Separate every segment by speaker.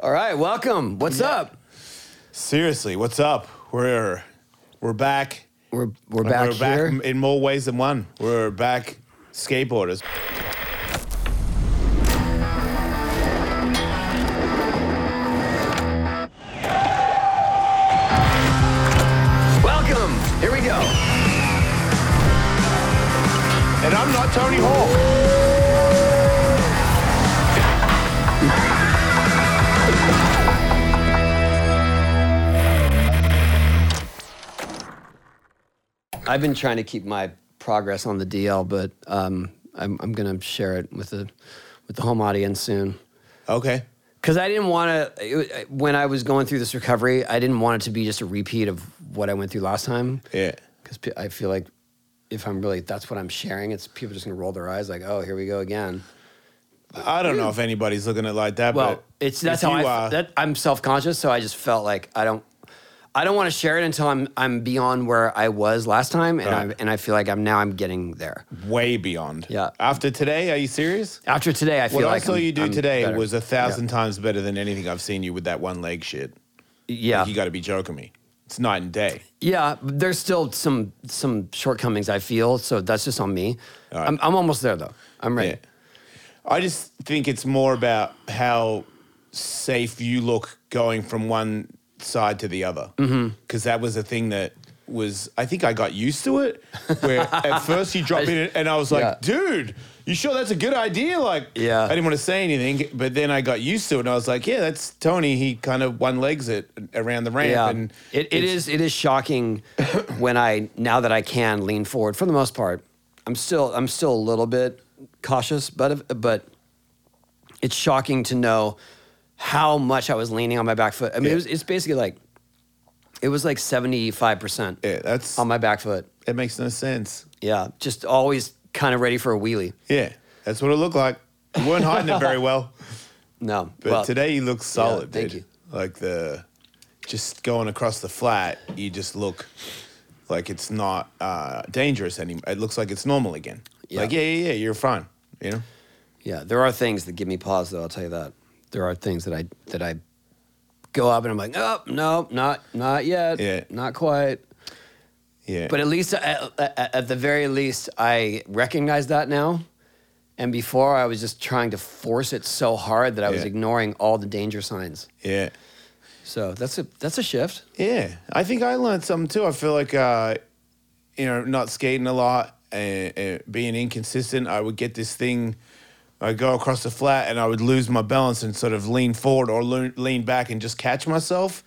Speaker 1: All right, welcome. What's up?
Speaker 2: Seriously, what's up? We're we're back.
Speaker 1: We're we're
Speaker 2: And
Speaker 1: back
Speaker 2: we're back
Speaker 1: here.
Speaker 2: m- in more ways than one. We're back skateboarders.
Speaker 1: Welcome. Here we go.
Speaker 2: And I'm not Tony Hawk.
Speaker 1: I've been trying to keep my progress on the DL, but um, I'm I'm gonna share it with the with the home audience soon.
Speaker 2: Okay.
Speaker 1: Because I didn't want to, when I was going through this recovery, I didn't want it to be just a repeat of what I went through last time.
Speaker 2: Yeah.
Speaker 1: Because I feel like if I'm really, that's what I'm sharing, it's people just gonna roll their eyes like, oh, here we go again.
Speaker 2: I don't know if anybody's looking at it like that,
Speaker 1: Well,
Speaker 2: but
Speaker 1: it's that's
Speaker 2: if
Speaker 1: how I.
Speaker 2: you,
Speaker 1: f-
Speaker 2: uh,
Speaker 1: that, I'm self conscious, so I just felt like I don't. I don't want to share it until I'm I'm beyond where I was last time, and
Speaker 2: Right.
Speaker 1: I and I feel like I'm now I'm getting there.
Speaker 2: way beyond.
Speaker 1: Yeah.
Speaker 2: After today, are you serious?
Speaker 1: After today, I feel
Speaker 2: What I
Speaker 1: like
Speaker 2: saw
Speaker 1: I'm-
Speaker 2: you do
Speaker 1: I'm
Speaker 2: today
Speaker 1: better.
Speaker 2: was a thousand times better than anything I've seen you with that one leg shit.
Speaker 1: yeah
Speaker 2: You got to be joking me. It's night and day.
Speaker 1: yeah. but There's still some some shortcomings I feel, so that's just on me.
Speaker 2: right.
Speaker 1: I'm I'm almost there though. I'm ready.
Speaker 2: Yeah. I just think it's more about how safe you look going from one side to the other. Because
Speaker 1: Mm-hmm.
Speaker 2: that was a thing that was, I think I got used to it. Where at first you drop in it and I was like,
Speaker 1: Yeah.
Speaker 2: dude, you sure that's a good idea? Like,
Speaker 1: Yeah.
Speaker 2: I didn't want to say anything, but then I got used to it and I was like, yeah, that's Tony. He kind of one legs it around the ramp.
Speaker 1: Yeah,
Speaker 2: And
Speaker 1: it, it
Speaker 2: it's-
Speaker 1: is it is shocking when I now that I can lean forward for the most part. I'm still I'm still a little bit cautious, but but it's shocking to know how much I was leaning on my back foot. I mean,
Speaker 2: Yeah.
Speaker 1: it was, it's basically like it was like seventy five percent
Speaker 2: Yeah, that's,
Speaker 1: on my back foot.
Speaker 2: it makes no sense.
Speaker 1: Yeah, just always kind of ready for a wheelie.
Speaker 2: Yeah, that's what it looked like. You weren't hiding it very well.
Speaker 1: No,
Speaker 2: But
Speaker 1: well,
Speaker 2: today you look solid.
Speaker 1: thank
Speaker 2: dude.
Speaker 1: you.
Speaker 2: Like the just going across the flat, you just look like it's not uh, dangerous anymore. It looks like it's normal again.
Speaker 1: Yeah.
Speaker 2: Like yeah, yeah, yeah, you're fine. You know.
Speaker 1: Yeah, there are things that give me pause, though. I'll tell you that. There are things that I that I go up and I'm like, oh no, not not yet,
Speaker 2: Yeah.
Speaker 1: not quite.
Speaker 2: Yeah.
Speaker 1: But at least at, at, at the very least, I recognize that now. And before, I was just trying to force it so hard that I was
Speaker 2: Yeah.
Speaker 1: ignoring all the danger signs.
Speaker 2: yeah.
Speaker 1: So that's a that's a shift.
Speaker 2: Yeah, I think I learned something too. I feel like, uh, you know, not skating a lot and, and being inconsistent, I would get this thing. I go across the flat and I would lose my balance and sort of lean forward or lean, lean back and just catch myself,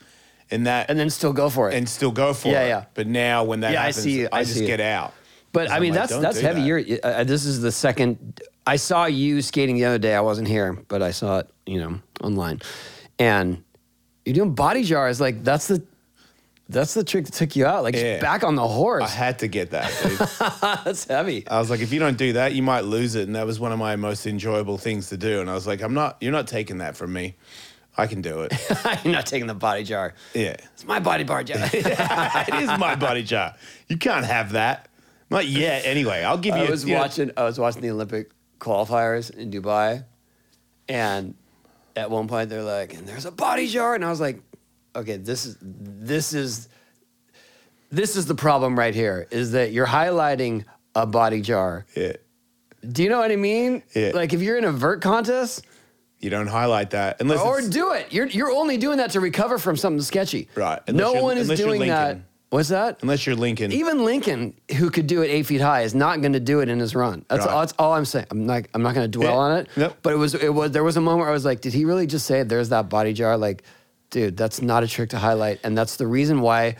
Speaker 2: and that
Speaker 1: And then still go for it.
Speaker 2: and still go for
Speaker 1: Yeah,
Speaker 2: it.
Speaker 1: yeah.
Speaker 2: But now when that
Speaker 1: Yeah, I
Speaker 2: happens, I,
Speaker 1: see you. I
Speaker 2: just
Speaker 1: see you.
Speaker 2: get out.
Speaker 1: But I
Speaker 2: I'm
Speaker 1: mean,
Speaker 2: like,
Speaker 1: that's
Speaker 2: "Don't
Speaker 1: that's
Speaker 2: do
Speaker 1: heavy.
Speaker 2: that."
Speaker 1: You're, uh, uh, this is the second. I saw you skating the other day. I wasn't here, but I saw it, you know, online. And you're doing body jars. Like that's the that's the trick that took you out. Like just
Speaker 2: Yeah.
Speaker 1: back on the
Speaker 2: I
Speaker 1: horse.
Speaker 2: had to get that. Dude.
Speaker 1: that's heavy.
Speaker 2: I was like, if you don't do that, you might lose it. And that was one of my most enjoyable things to do. And I was like, I'm not. You're not taking that from me. I can do it.
Speaker 1: you're not taking the body jar.
Speaker 2: Yeah.
Speaker 1: It's my body bar jar.
Speaker 2: it is my body jar. You can't have that. Not yet. Anyway, I'll give you.
Speaker 1: I was
Speaker 2: you know-
Speaker 1: watching. I was watching the Olympic qualifiers in Dubai, and at one point they're like, "And there's a body jar," and I was like, "Okay, this is this is this is the problem right here. Is that you're highlighting a body jar?
Speaker 2: Yeah.
Speaker 1: Do you know what I mean?
Speaker 2: Yeah.
Speaker 1: Like if you're in a vert contest,
Speaker 2: You don't highlight that unless
Speaker 1: or
Speaker 2: it's-
Speaker 1: do it. You're you're only doing that to recover from something sketchy.
Speaker 2: Right, unless
Speaker 1: No
Speaker 2: you're-
Speaker 1: one is
Speaker 2: unless you're
Speaker 1: doing that.
Speaker 2: Lincoln.
Speaker 1: What's that?
Speaker 2: unless you're Lincoln.
Speaker 1: even Lincoln, who could do it eight feet high, is not going to do it in his run. That's,
Speaker 2: Right.
Speaker 1: all, that's all I'm saying. I'm not. I'm not going to dwell
Speaker 2: Yeah.
Speaker 1: on it.
Speaker 2: Nope.
Speaker 1: But it was. It was. There was a moment where I was like, "Did he really just say there's that body jar?" Like, dude, that's not a trick to highlight, and that's the reason why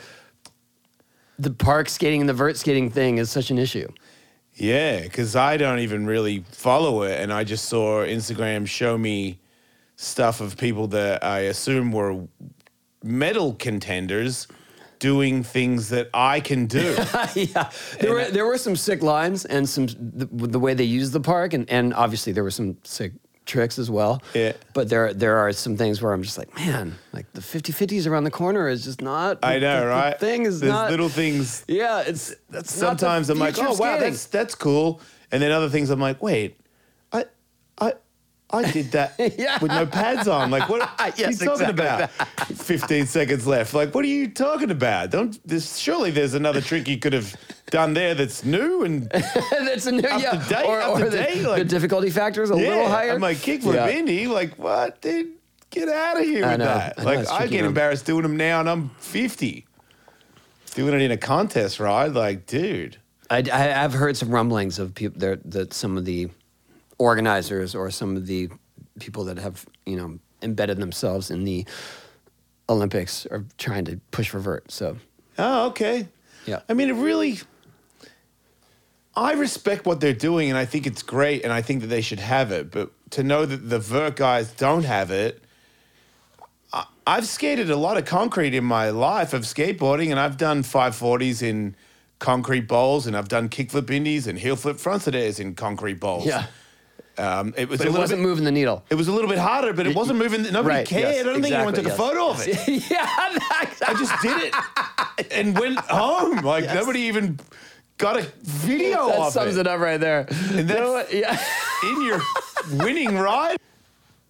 Speaker 1: the park skating and the vert skating thing is such an issue.
Speaker 2: Yeah, because I don't even really follow it, and I just saw Instagram show me stuff of people that I assume were medal contenders doing things that I can do.
Speaker 1: yeah, there were there were some sick lines and some the, the way they used the park, and and obviously there were some sick tricks as well.
Speaker 2: Yeah.
Speaker 1: But there there are some things where I'm just like, man, like the 50-50s around the corner is just not.
Speaker 2: I
Speaker 1: the- the-
Speaker 2: know,
Speaker 1: the
Speaker 2: right?
Speaker 1: thing is
Speaker 2: There's
Speaker 1: not.
Speaker 2: little things
Speaker 1: yeah, it's that's not the
Speaker 2: sometimes I'm like,
Speaker 1: future
Speaker 2: oh
Speaker 1: of
Speaker 2: wow,
Speaker 1: skating."
Speaker 2: that's that's cool, and then other things I'm like, wait, I, I, I did that
Speaker 1: Yeah.
Speaker 2: with no pads on. Like, what, what are you
Speaker 1: Yes,
Speaker 2: talking
Speaker 1: exactly
Speaker 2: about? 15 seconds left. Like, what are you talking about? Don't, this, surely there's another trick you could have done there that's new and
Speaker 1: That's a new
Speaker 2: Up
Speaker 1: yeah.
Speaker 2: to date,
Speaker 1: or
Speaker 2: up
Speaker 1: or
Speaker 2: to
Speaker 1: the,
Speaker 2: date,
Speaker 1: the
Speaker 2: like-
Speaker 1: difficulty factor is a little higher.
Speaker 2: I'm like, kickflip
Speaker 1: Yeah.
Speaker 2: Indy. Like, what, dude? Get out of here
Speaker 1: I
Speaker 2: with
Speaker 1: know.
Speaker 2: that.
Speaker 1: I know,
Speaker 2: like,
Speaker 1: it's
Speaker 2: I
Speaker 1: tricky,
Speaker 2: get
Speaker 1: man.
Speaker 2: embarrassed doing them now, and I'm 50. Doing it in a contest ride, like, dude.
Speaker 1: I, I, I've heard some rumblings of people there that some of the organizers or some of the people that have you know embedded themselves in the Olympics are trying to push revert. So
Speaker 2: Oh, okay.
Speaker 1: Yeah.
Speaker 2: I mean, it really. I respect what they're doing, and I think it's great, and I think that they should have it. But to know that the vert guys don't have it, I, I've skated a lot of concrete in my life of skateboarding, and I've done 540s in concrete bowls, and I've done kickflip indies and heel flip fronts airs in concrete bowls.
Speaker 1: yeah,
Speaker 2: um, it was
Speaker 1: but
Speaker 2: a
Speaker 1: it
Speaker 2: little
Speaker 1: wasn't
Speaker 2: bit,
Speaker 1: moving the needle.
Speaker 2: it was a little bit harder, but it wasn't moving. Nobody
Speaker 1: Right,
Speaker 2: cared.
Speaker 1: yes,
Speaker 2: I don't think anyone took
Speaker 1: exactly,
Speaker 2: a photo of it.
Speaker 1: yeah, that's,
Speaker 2: I just did it and went home. Like
Speaker 1: Yes.
Speaker 2: nobody even got a video
Speaker 1: that
Speaker 2: of
Speaker 1: sums
Speaker 2: it,
Speaker 1: it. up right there. You know what?
Speaker 2: that's-
Speaker 1: yeah.
Speaker 2: in your winning ride.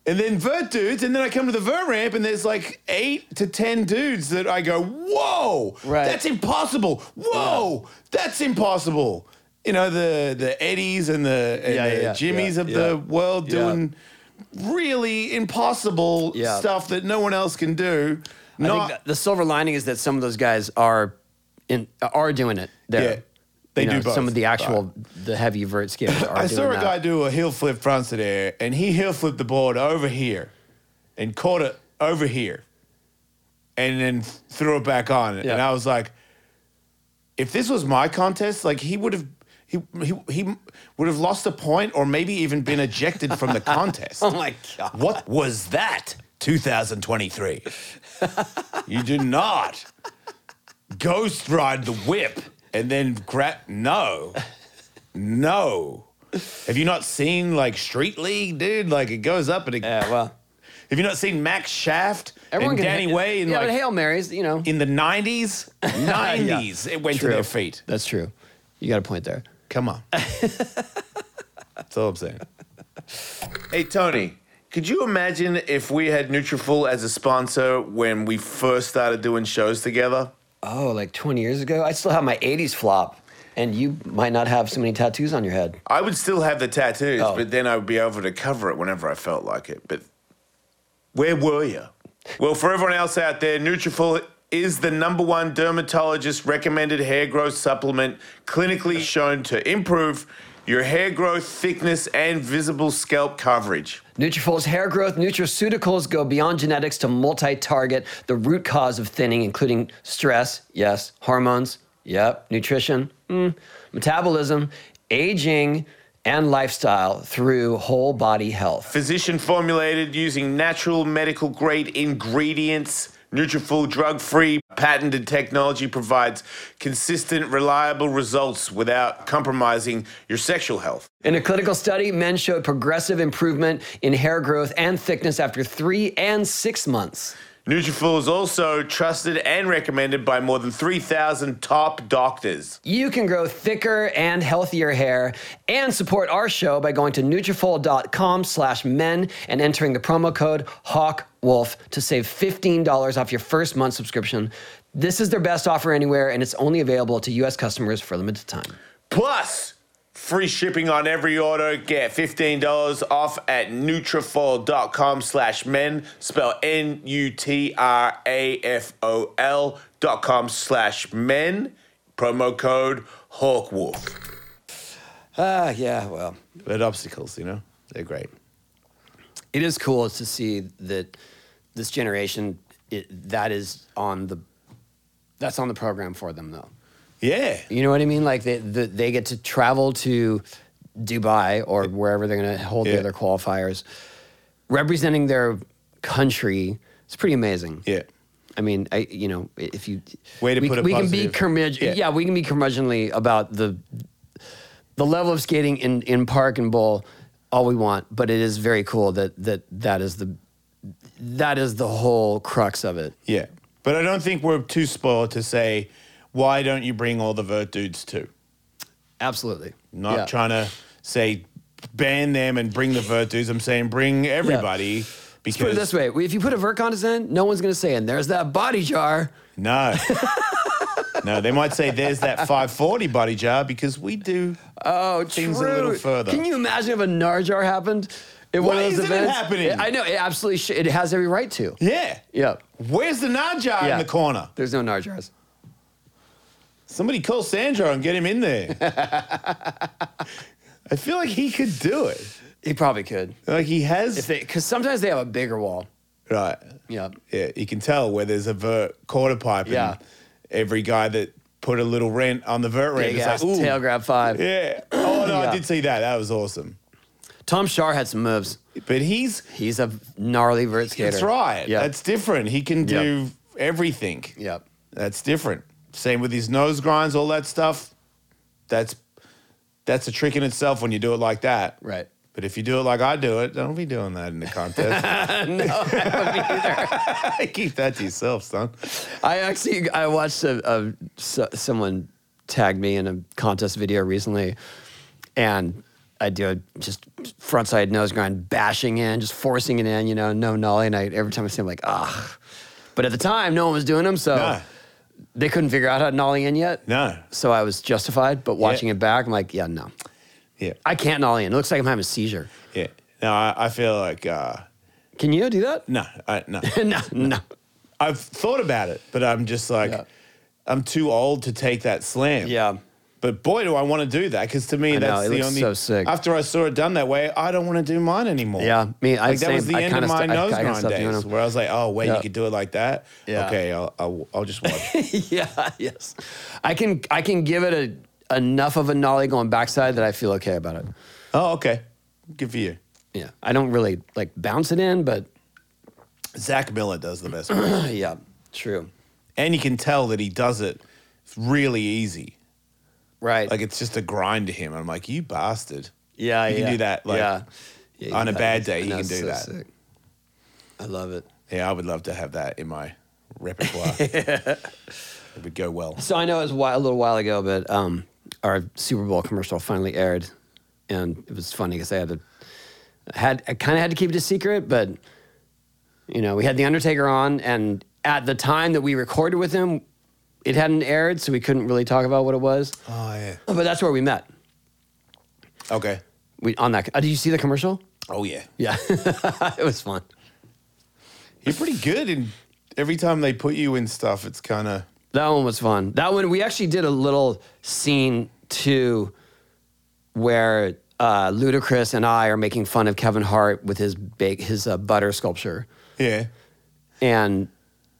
Speaker 2: And then vert dudes, and then I come to the vert ramp, and there's like eight to ten dudes that I go, whoa,
Speaker 1: Right.
Speaker 2: that's impossible. Whoa, that's impossible. You know the the Eddies and the, and
Speaker 1: Yeah, yeah,
Speaker 2: the
Speaker 1: yeah,
Speaker 2: Jimmies
Speaker 1: yeah,
Speaker 2: of
Speaker 1: yeah.
Speaker 2: the world
Speaker 1: Yeah.
Speaker 2: doing really impossible
Speaker 1: Yeah.
Speaker 2: stuff that no one else can do.
Speaker 1: I think
Speaker 2: Not
Speaker 1: that the silver lining is that some of those guys are in are doing it. There.
Speaker 2: Yeah, they
Speaker 1: You
Speaker 2: do
Speaker 1: know,
Speaker 2: both.
Speaker 1: Some of the actual the heavy vert skaters are.
Speaker 2: I
Speaker 1: doing
Speaker 2: saw a
Speaker 1: that.
Speaker 2: guy do a heel flip front to there, and he heel flipped the board over here, and caught it over here, and then threw it back on. And
Speaker 1: Yeah.
Speaker 2: I was like, if this was my contest, like he would have, he he he would have lost a point, or maybe even been ejected from the contest.
Speaker 1: Oh my god.
Speaker 2: What was that? 2023. you do not ghost ride the whip and then grab. No, no. Have you not seen like Street League, dude? Like it goes up and it.
Speaker 1: Yeah, well,
Speaker 2: Have you not seen Max Shaft
Speaker 1: everyone
Speaker 2: and
Speaker 1: can
Speaker 2: Danny Way in
Speaker 1: yeah, but
Speaker 2: like
Speaker 1: hail marys, you know.
Speaker 2: in the 90s? 90s, it went
Speaker 1: True.
Speaker 2: to their feet.
Speaker 1: That's true. You got a point there.
Speaker 2: Come on. That's all I'm saying. Hey, Tony, could you imagine if we had Nutrafol as a sponsor when we first started doing shows together?
Speaker 1: Oh, like 20 years ago, I still have my 80s flop, and you might not have so many tattoos on your head.
Speaker 2: I would still have the tattoos,
Speaker 1: Oh.
Speaker 2: but then I would be able to cover it whenever I felt like it. But where were you? Well, for everyone else out there, Nutrafol is the number one dermatologist recommended hair growth supplement clinically shown to improve your hair growth, thickness, and visible scalp coverage.
Speaker 1: Nutrafol's hair growth nutraceuticals go beyond genetics to multi-target the root cause of thinning, including stress, yes, hormones, yep, nutrition, mm, metabolism, aging, and lifestyle through whole body health.
Speaker 2: Physician formulated using natural medical grade ingredients. Nutrafol drug-free patented technology provides consistent, reliable results without compromising your sexual health.
Speaker 1: In a clinical study, men showed progressive improvement in hair growth and thickness after three and six months.
Speaker 2: Nutrafol is also trusted and recommended by more than 3,000 top doctors.
Speaker 1: You can grow thicker and healthier hair and support our show by going to Nutrafol.com slash men and entering the promo code HawkWolf to save $15 off your first month subscription. This is their best offer anywhere, and it's only available to U.S. customers for a limited time.
Speaker 2: Plus, free shipping on every order. Get $15 off at Nutrafol.com slash men. Spell N-U-T-R-A-F-O-L dot com slash men. Promo code HawkWolf.
Speaker 1: Ah, yeah, well.
Speaker 2: But obstacles, you know, they're great.
Speaker 1: It is cool to see that this generation, it, that is on the, that's on the program for them, though.
Speaker 2: Yeah.
Speaker 1: You know what I mean? Like they the, they get to travel to Dubai or wherever they're going to hold
Speaker 2: Yeah.
Speaker 1: their other qualifiers, representing their country. It's pretty amazing.
Speaker 2: Yeah.
Speaker 1: I mean, I you know i- if you
Speaker 2: Way to
Speaker 1: we,
Speaker 2: put it
Speaker 1: we can be
Speaker 2: positive.
Speaker 1: curmudgeon.
Speaker 2: Yeah.
Speaker 1: Yeah. we can be curmudgeonly about the the level of skating in in park and bowl all we want, but it is very cool that that that is the that is the whole crux of it.
Speaker 2: Yeah. But I don't think we're too spoiled to say, why don't you bring all the vert dudes too?
Speaker 1: Absolutely.
Speaker 2: Not
Speaker 1: Yeah.
Speaker 2: trying to say ban them and bring the Virtus. I'm saying bring everybody
Speaker 1: Let's put it
Speaker 2: because
Speaker 1: this way: if you put a vert contest in, no one's gonna say, "And there's that body jar."
Speaker 2: no. No, they might say there's that 540 body jar because we do.
Speaker 1: Oh,
Speaker 2: Things a
Speaker 1: true.
Speaker 2: little further.
Speaker 1: Can you imagine if a Narjar happened at one
Speaker 2: Why
Speaker 1: of those
Speaker 2: isn't it
Speaker 1: events?
Speaker 2: happening?
Speaker 1: I know it absolutely. Sh- it has every right to.
Speaker 2: Yeah.
Speaker 1: Yeah.
Speaker 2: Where's the Nar jar
Speaker 1: Yeah.
Speaker 2: in the corner?
Speaker 1: There's no Narjars.
Speaker 2: Somebody call Sandro and get him in there. I feel like he could do it.
Speaker 1: He probably could,
Speaker 2: Like he
Speaker 1: if
Speaker 2: has.
Speaker 1: they because sometimes they have a bigger wall.
Speaker 2: right.
Speaker 1: Yeah.
Speaker 2: Yeah, you can tell where there's a vert quarter pipe.
Speaker 1: Yeah.
Speaker 2: And every guy that put a little rent on the vert rent
Speaker 1: Big
Speaker 2: is
Speaker 1: ass
Speaker 2: like, ooh.
Speaker 1: tail grab five.
Speaker 2: Yeah. Oh, no,
Speaker 1: Yeah.
Speaker 2: I did see that. That was awesome.
Speaker 1: Tom Shar had some moves.
Speaker 2: But he's.
Speaker 1: He's a gnarly vert skater.
Speaker 2: That's right.
Speaker 1: Yeah.
Speaker 2: That's different. He can do everything.
Speaker 1: yeah.
Speaker 2: That's different. Same with these nose grinds, all that stuff. That's that's a trick in itself when you do it like that.
Speaker 1: Right.
Speaker 2: But if you do it like I do it, don't be doing that in the contest. Keep that to yourself, son.
Speaker 1: I actually I watched a, a so, someone tagged me in a contest video recently, and I do a just frontside nose grind, bashing in, just forcing it in, you know, no nollie. And I, every time I see him, like ah, but at the time no one was doing them, so
Speaker 2: No.
Speaker 1: they couldn't figure out how to nollie in yet.
Speaker 2: No.
Speaker 1: So I was justified, but watching it back, I'm like, yeah, no,
Speaker 2: Yeah.
Speaker 1: I can't nollie in. It looks like I'm having a seizure.
Speaker 2: Yeah. No, I, I feel like uh,
Speaker 1: Can you do that?
Speaker 2: no, I, no.
Speaker 1: no, no.
Speaker 2: I've thought about it, but I'm just like,
Speaker 1: Yeah.
Speaker 2: I'm too old to take that slam.
Speaker 1: Yeah.
Speaker 2: But boy, do I want to do that because to me,
Speaker 1: I know,
Speaker 2: that's
Speaker 1: it
Speaker 2: the
Speaker 1: looks
Speaker 2: only.
Speaker 1: so sick.
Speaker 2: After I saw it done that way, I don't want to do mine anymore.
Speaker 1: Yeah, me- I-
Speaker 2: like that
Speaker 1: same.
Speaker 2: was the
Speaker 1: I
Speaker 2: end
Speaker 1: kinda
Speaker 2: of my
Speaker 1: st- I-
Speaker 2: nose
Speaker 1: I kinda
Speaker 2: grind
Speaker 1: stopped doing
Speaker 2: days,
Speaker 1: them.
Speaker 2: where I was like, oh wait,
Speaker 1: Yeah.
Speaker 2: you could do it like that.
Speaker 1: Yeah.
Speaker 2: Okay, I'll, I'll I'll just watch.
Speaker 1: yeah, yes. I can I can give it a enough of a nollie going backside that I feel okay about it.
Speaker 2: oh, okay, good for you.
Speaker 1: Yeah. I don't really like bounce it in, but
Speaker 2: Zach Miller does the best, one.
Speaker 1: yeah, true.
Speaker 2: and you can tell that he does it really easy.
Speaker 1: Right.
Speaker 2: Like it's just a grind to him. I'm like, you bastard.
Speaker 1: yeah,
Speaker 2: you
Speaker 1: yeah.
Speaker 2: can do that, like,
Speaker 1: yeah. Yeah, you
Speaker 2: on
Speaker 1: can
Speaker 2: a
Speaker 1: do
Speaker 2: bad
Speaker 1: that.
Speaker 2: day,
Speaker 1: I
Speaker 2: you
Speaker 1: know,
Speaker 2: can
Speaker 1: it's
Speaker 2: do
Speaker 1: so
Speaker 2: that.
Speaker 1: sick. I love it.
Speaker 2: Yeah, I would love to have that in my repertoire. it would go well.
Speaker 1: So I know it was a while- a little while ago, but um, our Super Bowl commercial finally aired, and it was funny because I had to had I kind of had to keep it a secret, but you know we had the Undertaker on, and at the time that we recorded with him, it hadn't aired, so we couldn't really talk about what it was.
Speaker 2: Oh yeah.
Speaker 1: But that's where we met.
Speaker 2: Okay.
Speaker 1: We on that. Uh, did you see the commercial?
Speaker 2: Oh yeah.
Speaker 1: Yeah, it was fun.
Speaker 2: You're pretty good, and every time they put you in stuff, it's kind of
Speaker 1: That one was fun. That one we actually did a little scene too, where uh, Ludacris and I are making fun of Kevin Hart with his bake his uh, butter sculpture,
Speaker 2: yeah.
Speaker 1: and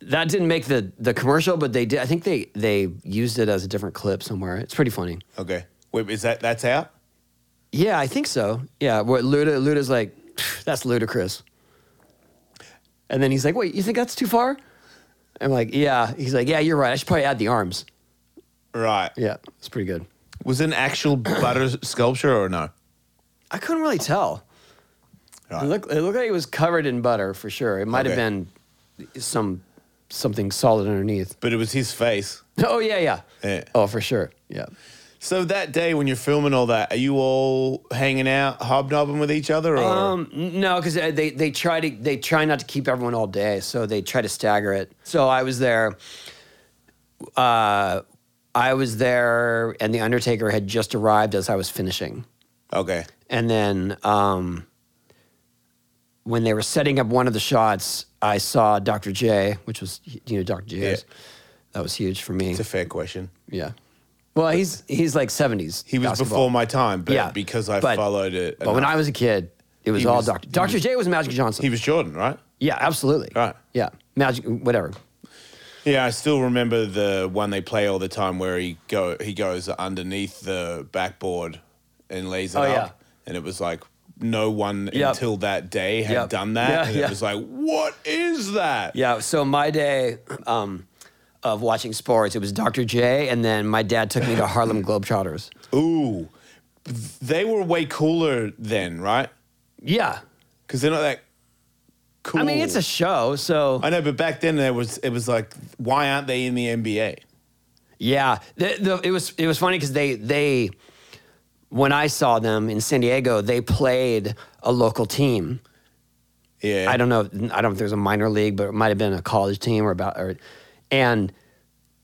Speaker 1: that didn't make the the commercial, but they did. I think they they used it as a different clip somewhere. It's pretty funny.
Speaker 2: Okay, wait, is that that's out?
Speaker 1: Yeah, I think so. Yeah, what Luda Luda's like, that's ludicrous, and then he's like, wait, you think that's too far? I'm like, yeah. He's like, yeah, you're right. I should probably add the arms.
Speaker 2: Right.
Speaker 1: Yeah, it's pretty good.
Speaker 2: Was it an actual butter sculpture or no?
Speaker 1: I couldn't really tell.
Speaker 2: Right.
Speaker 1: It looked, it looked like it was covered in butter for sure. It might have
Speaker 2: Okay.
Speaker 1: been some something solid underneath.
Speaker 2: But it was his face.
Speaker 1: Oh yeah, yeah.
Speaker 2: Yeah.
Speaker 1: Oh for sure. Yeah.
Speaker 2: So that day when you're filming all that, are you all hanging out, hobnobbing with each other? Or?
Speaker 1: Um, no, because they they try to they try not to keep everyone all day, so they try to stagger it. So I was there. Uh, I was there, and the Undertaker had just arrived as I was finishing.
Speaker 2: okay.
Speaker 1: And then um, when they were setting up one of the shots, I saw Dr. J, which was you know Dr. J. is- That was huge for me.
Speaker 2: It's a fair question.
Speaker 1: yeah. Well, he's he's like seventies.
Speaker 2: He was before my time, but
Speaker 1: Yeah,
Speaker 2: because I
Speaker 1: but-
Speaker 2: followed it.
Speaker 1: But when
Speaker 2: enough-
Speaker 1: I was a kid, it was
Speaker 2: He
Speaker 1: all
Speaker 2: was-
Speaker 1: Dr.
Speaker 2: he
Speaker 1: Dr. J was Magic Johnson.
Speaker 2: he was Jordan, right?
Speaker 1: yeah, absolutely.
Speaker 2: Right.
Speaker 1: Yeah. Magic whatever.
Speaker 2: Yeah, I still remember the one they play all the time where he go he goes underneath the backboard and lays it
Speaker 1: Oh,
Speaker 2: up,
Speaker 1: yeah.
Speaker 2: and it was like no one
Speaker 1: Yep.
Speaker 2: until that day had
Speaker 1: Yep.
Speaker 2: done that,
Speaker 1: Yeah,
Speaker 2: and
Speaker 1: yeah.
Speaker 2: it was like, what is that?
Speaker 1: Yeah. So my day um, of watching sports, it was Dr. J and then my dad took me to Harlem Globetrotters.
Speaker 2: Ooh, they were way cooler then, right?
Speaker 1: Yeah.
Speaker 2: Because they're not that cool.
Speaker 1: I mean, it's a show, so
Speaker 2: I know, but back then there was it was like, why aren't they in the NBA?
Speaker 1: Yeah, the, the, it was it was funny because they they when I saw them in San Diego, they played a local team.
Speaker 2: Yeah.
Speaker 1: I don't know. I don't think it was a minor league, but it might have been a college team or about. Or, and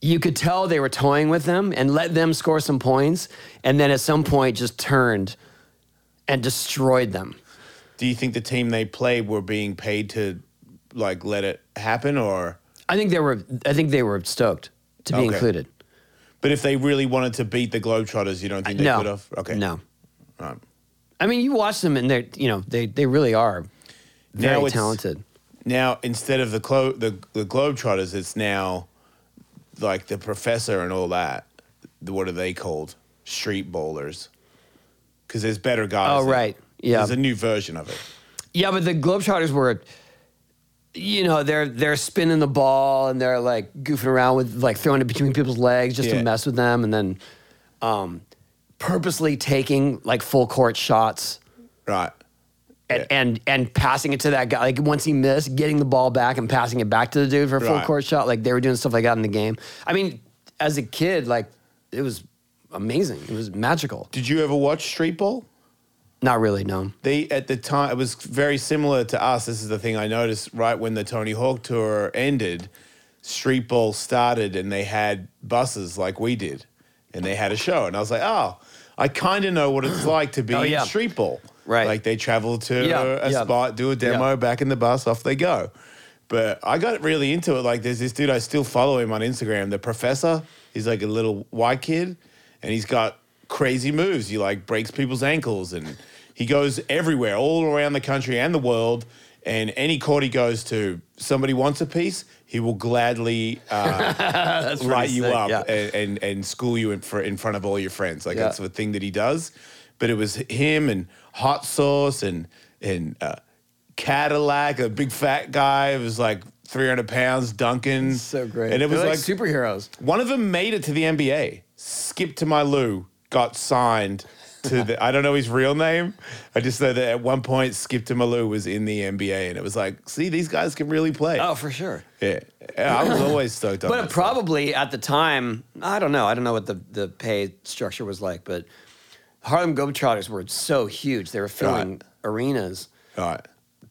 Speaker 1: you could tell they were toying with them and let them score some points, and then at some point just turned and destroyed them.
Speaker 2: Do you think the team they played were being paid to like let it happen or
Speaker 1: I think they were. I think they were stoked to be
Speaker 2: Okay.
Speaker 1: included.
Speaker 2: but if they really wanted to beat the Globetrotters, you don't think they
Speaker 1: no,
Speaker 2: could have? Okay.
Speaker 1: no.
Speaker 2: Right.
Speaker 1: I mean, you watch them and they're you know they they really are
Speaker 2: Now
Speaker 1: very
Speaker 2: it's-
Speaker 1: talented.
Speaker 2: Now instead of the Glo- the the Globetrotters, it's now like the professor and all that. The- What are they called? Street bowlers. Because there's better guys.
Speaker 1: Oh,
Speaker 2: now.
Speaker 1: right. Yeah.
Speaker 2: There's a new version of it.
Speaker 1: Yeah, but the Globetrotters were, you know, they're they're spinning the ball and they're like goofing around with like throwing it between people's legs just
Speaker 2: Yeah.
Speaker 1: to mess with them, and then um, purposely taking like full court shots
Speaker 2: Right.
Speaker 1: and,
Speaker 2: Yeah.
Speaker 1: and and passing it to that guy. Like once he missed, getting the ball back and passing it back to the dude for a full
Speaker 2: Right.
Speaker 1: court shot. Like they were doing stuff like that in the game. I mean, as a kid, like it was amazing. It was magical.
Speaker 2: Did you ever watch Street Ball?
Speaker 1: Not really, no.
Speaker 2: they at the time it was very similar to us. This is the thing I noticed right when the Tony Hawk tour ended, street ball started and they had buses like we did, and they had a show, and I was like, oh, I kind of know what it's like to be
Speaker 1: Oh, yeah.
Speaker 2: in street ball.
Speaker 1: Right.
Speaker 2: like they travel to
Speaker 1: Yeah,
Speaker 2: a
Speaker 1: yeah.
Speaker 2: spot, do a demo,
Speaker 1: Yeah.
Speaker 2: back in the bus, off they go. But I got really into it. Like, there's this dude I still follow him on Instagram, the professor. He's like a little white kid, and he's got crazy moves. He like breaks people's ankles, and he goes everywhere, all around the country and the world. And any court he goes to, somebody wants a piece, he will gladly uh, light you
Speaker 1: sick,
Speaker 2: up
Speaker 1: yeah.
Speaker 2: and, and and school you in, fr- in front of all your friends. Like
Speaker 1: Yeah.
Speaker 2: that's the thing that he does. But it was him and hot sauce and and uh, Cadillac, a big fat guy. It was like 300 pounds, Duncan.
Speaker 1: So great.
Speaker 2: And it was
Speaker 1: They're
Speaker 2: like,
Speaker 1: superheroes.
Speaker 2: one of them made it to the NBA. Skip to my Lou got signed to the. I don't know his real name. I just know that at one point Skip to my Lou was in the NBA, and it was like, see, these guys can really play.
Speaker 1: Oh, for sure.
Speaker 2: Yeah, I was always stoked on.
Speaker 1: But
Speaker 2: that stuff.
Speaker 1: probably at the time, I don't know. I don't know what the, the pay structure was like, but Harlem Globetrotters were so huge. They were filling
Speaker 2: Right.
Speaker 1: arenas.
Speaker 2: All right.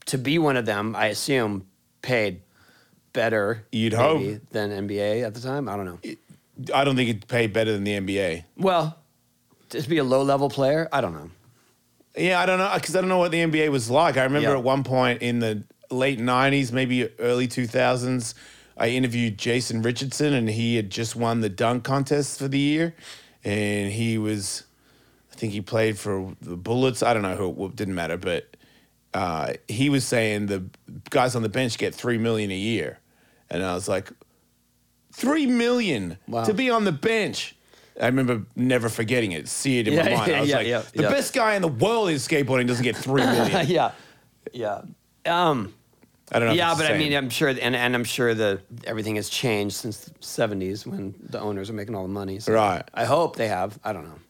Speaker 1: To be one of them, I assume, paid better
Speaker 2: You'd hope.
Speaker 1: than NBA at the time. I don't know.
Speaker 2: I don't think it paid better than the NBA.
Speaker 1: Well, just be a low level player. I don't know.
Speaker 2: Yeah, I don't know because I don't know what the NBA was like. I remember
Speaker 1: Yeah.
Speaker 2: at one point in the late '90s, maybe early 2000s, I interviewed Jason Richardson, and he had just won the dunk contest for the year, and he was, I think he played for the Bullets. I don't know who. It didn't matter, but uh, he was saying the guys on the bench get three million a year, and I was like, three million
Speaker 1: Wow.
Speaker 2: to be on the bench. I remember never forgetting it, seared in my
Speaker 1: Yeah,
Speaker 2: mind. I was
Speaker 1: yeah,
Speaker 2: like,
Speaker 1: yeah,
Speaker 2: the
Speaker 1: yeah.
Speaker 2: best guy in the world in skateboarding doesn't get three million.
Speaker 1: yeah. Yeah. Um,
Speaker 2: I don't know. if
Speaker 1: yeah,
Speaker 2: it's the
Speaker 1: but I
Speaker 2: same.
Speaker 1: mean, I'm sure, and, and I'm sure that everything has changed since the 70s when the owners are making all the money. so
Speaker 2: Right.
Speaker 1: I hope they have. I don't know.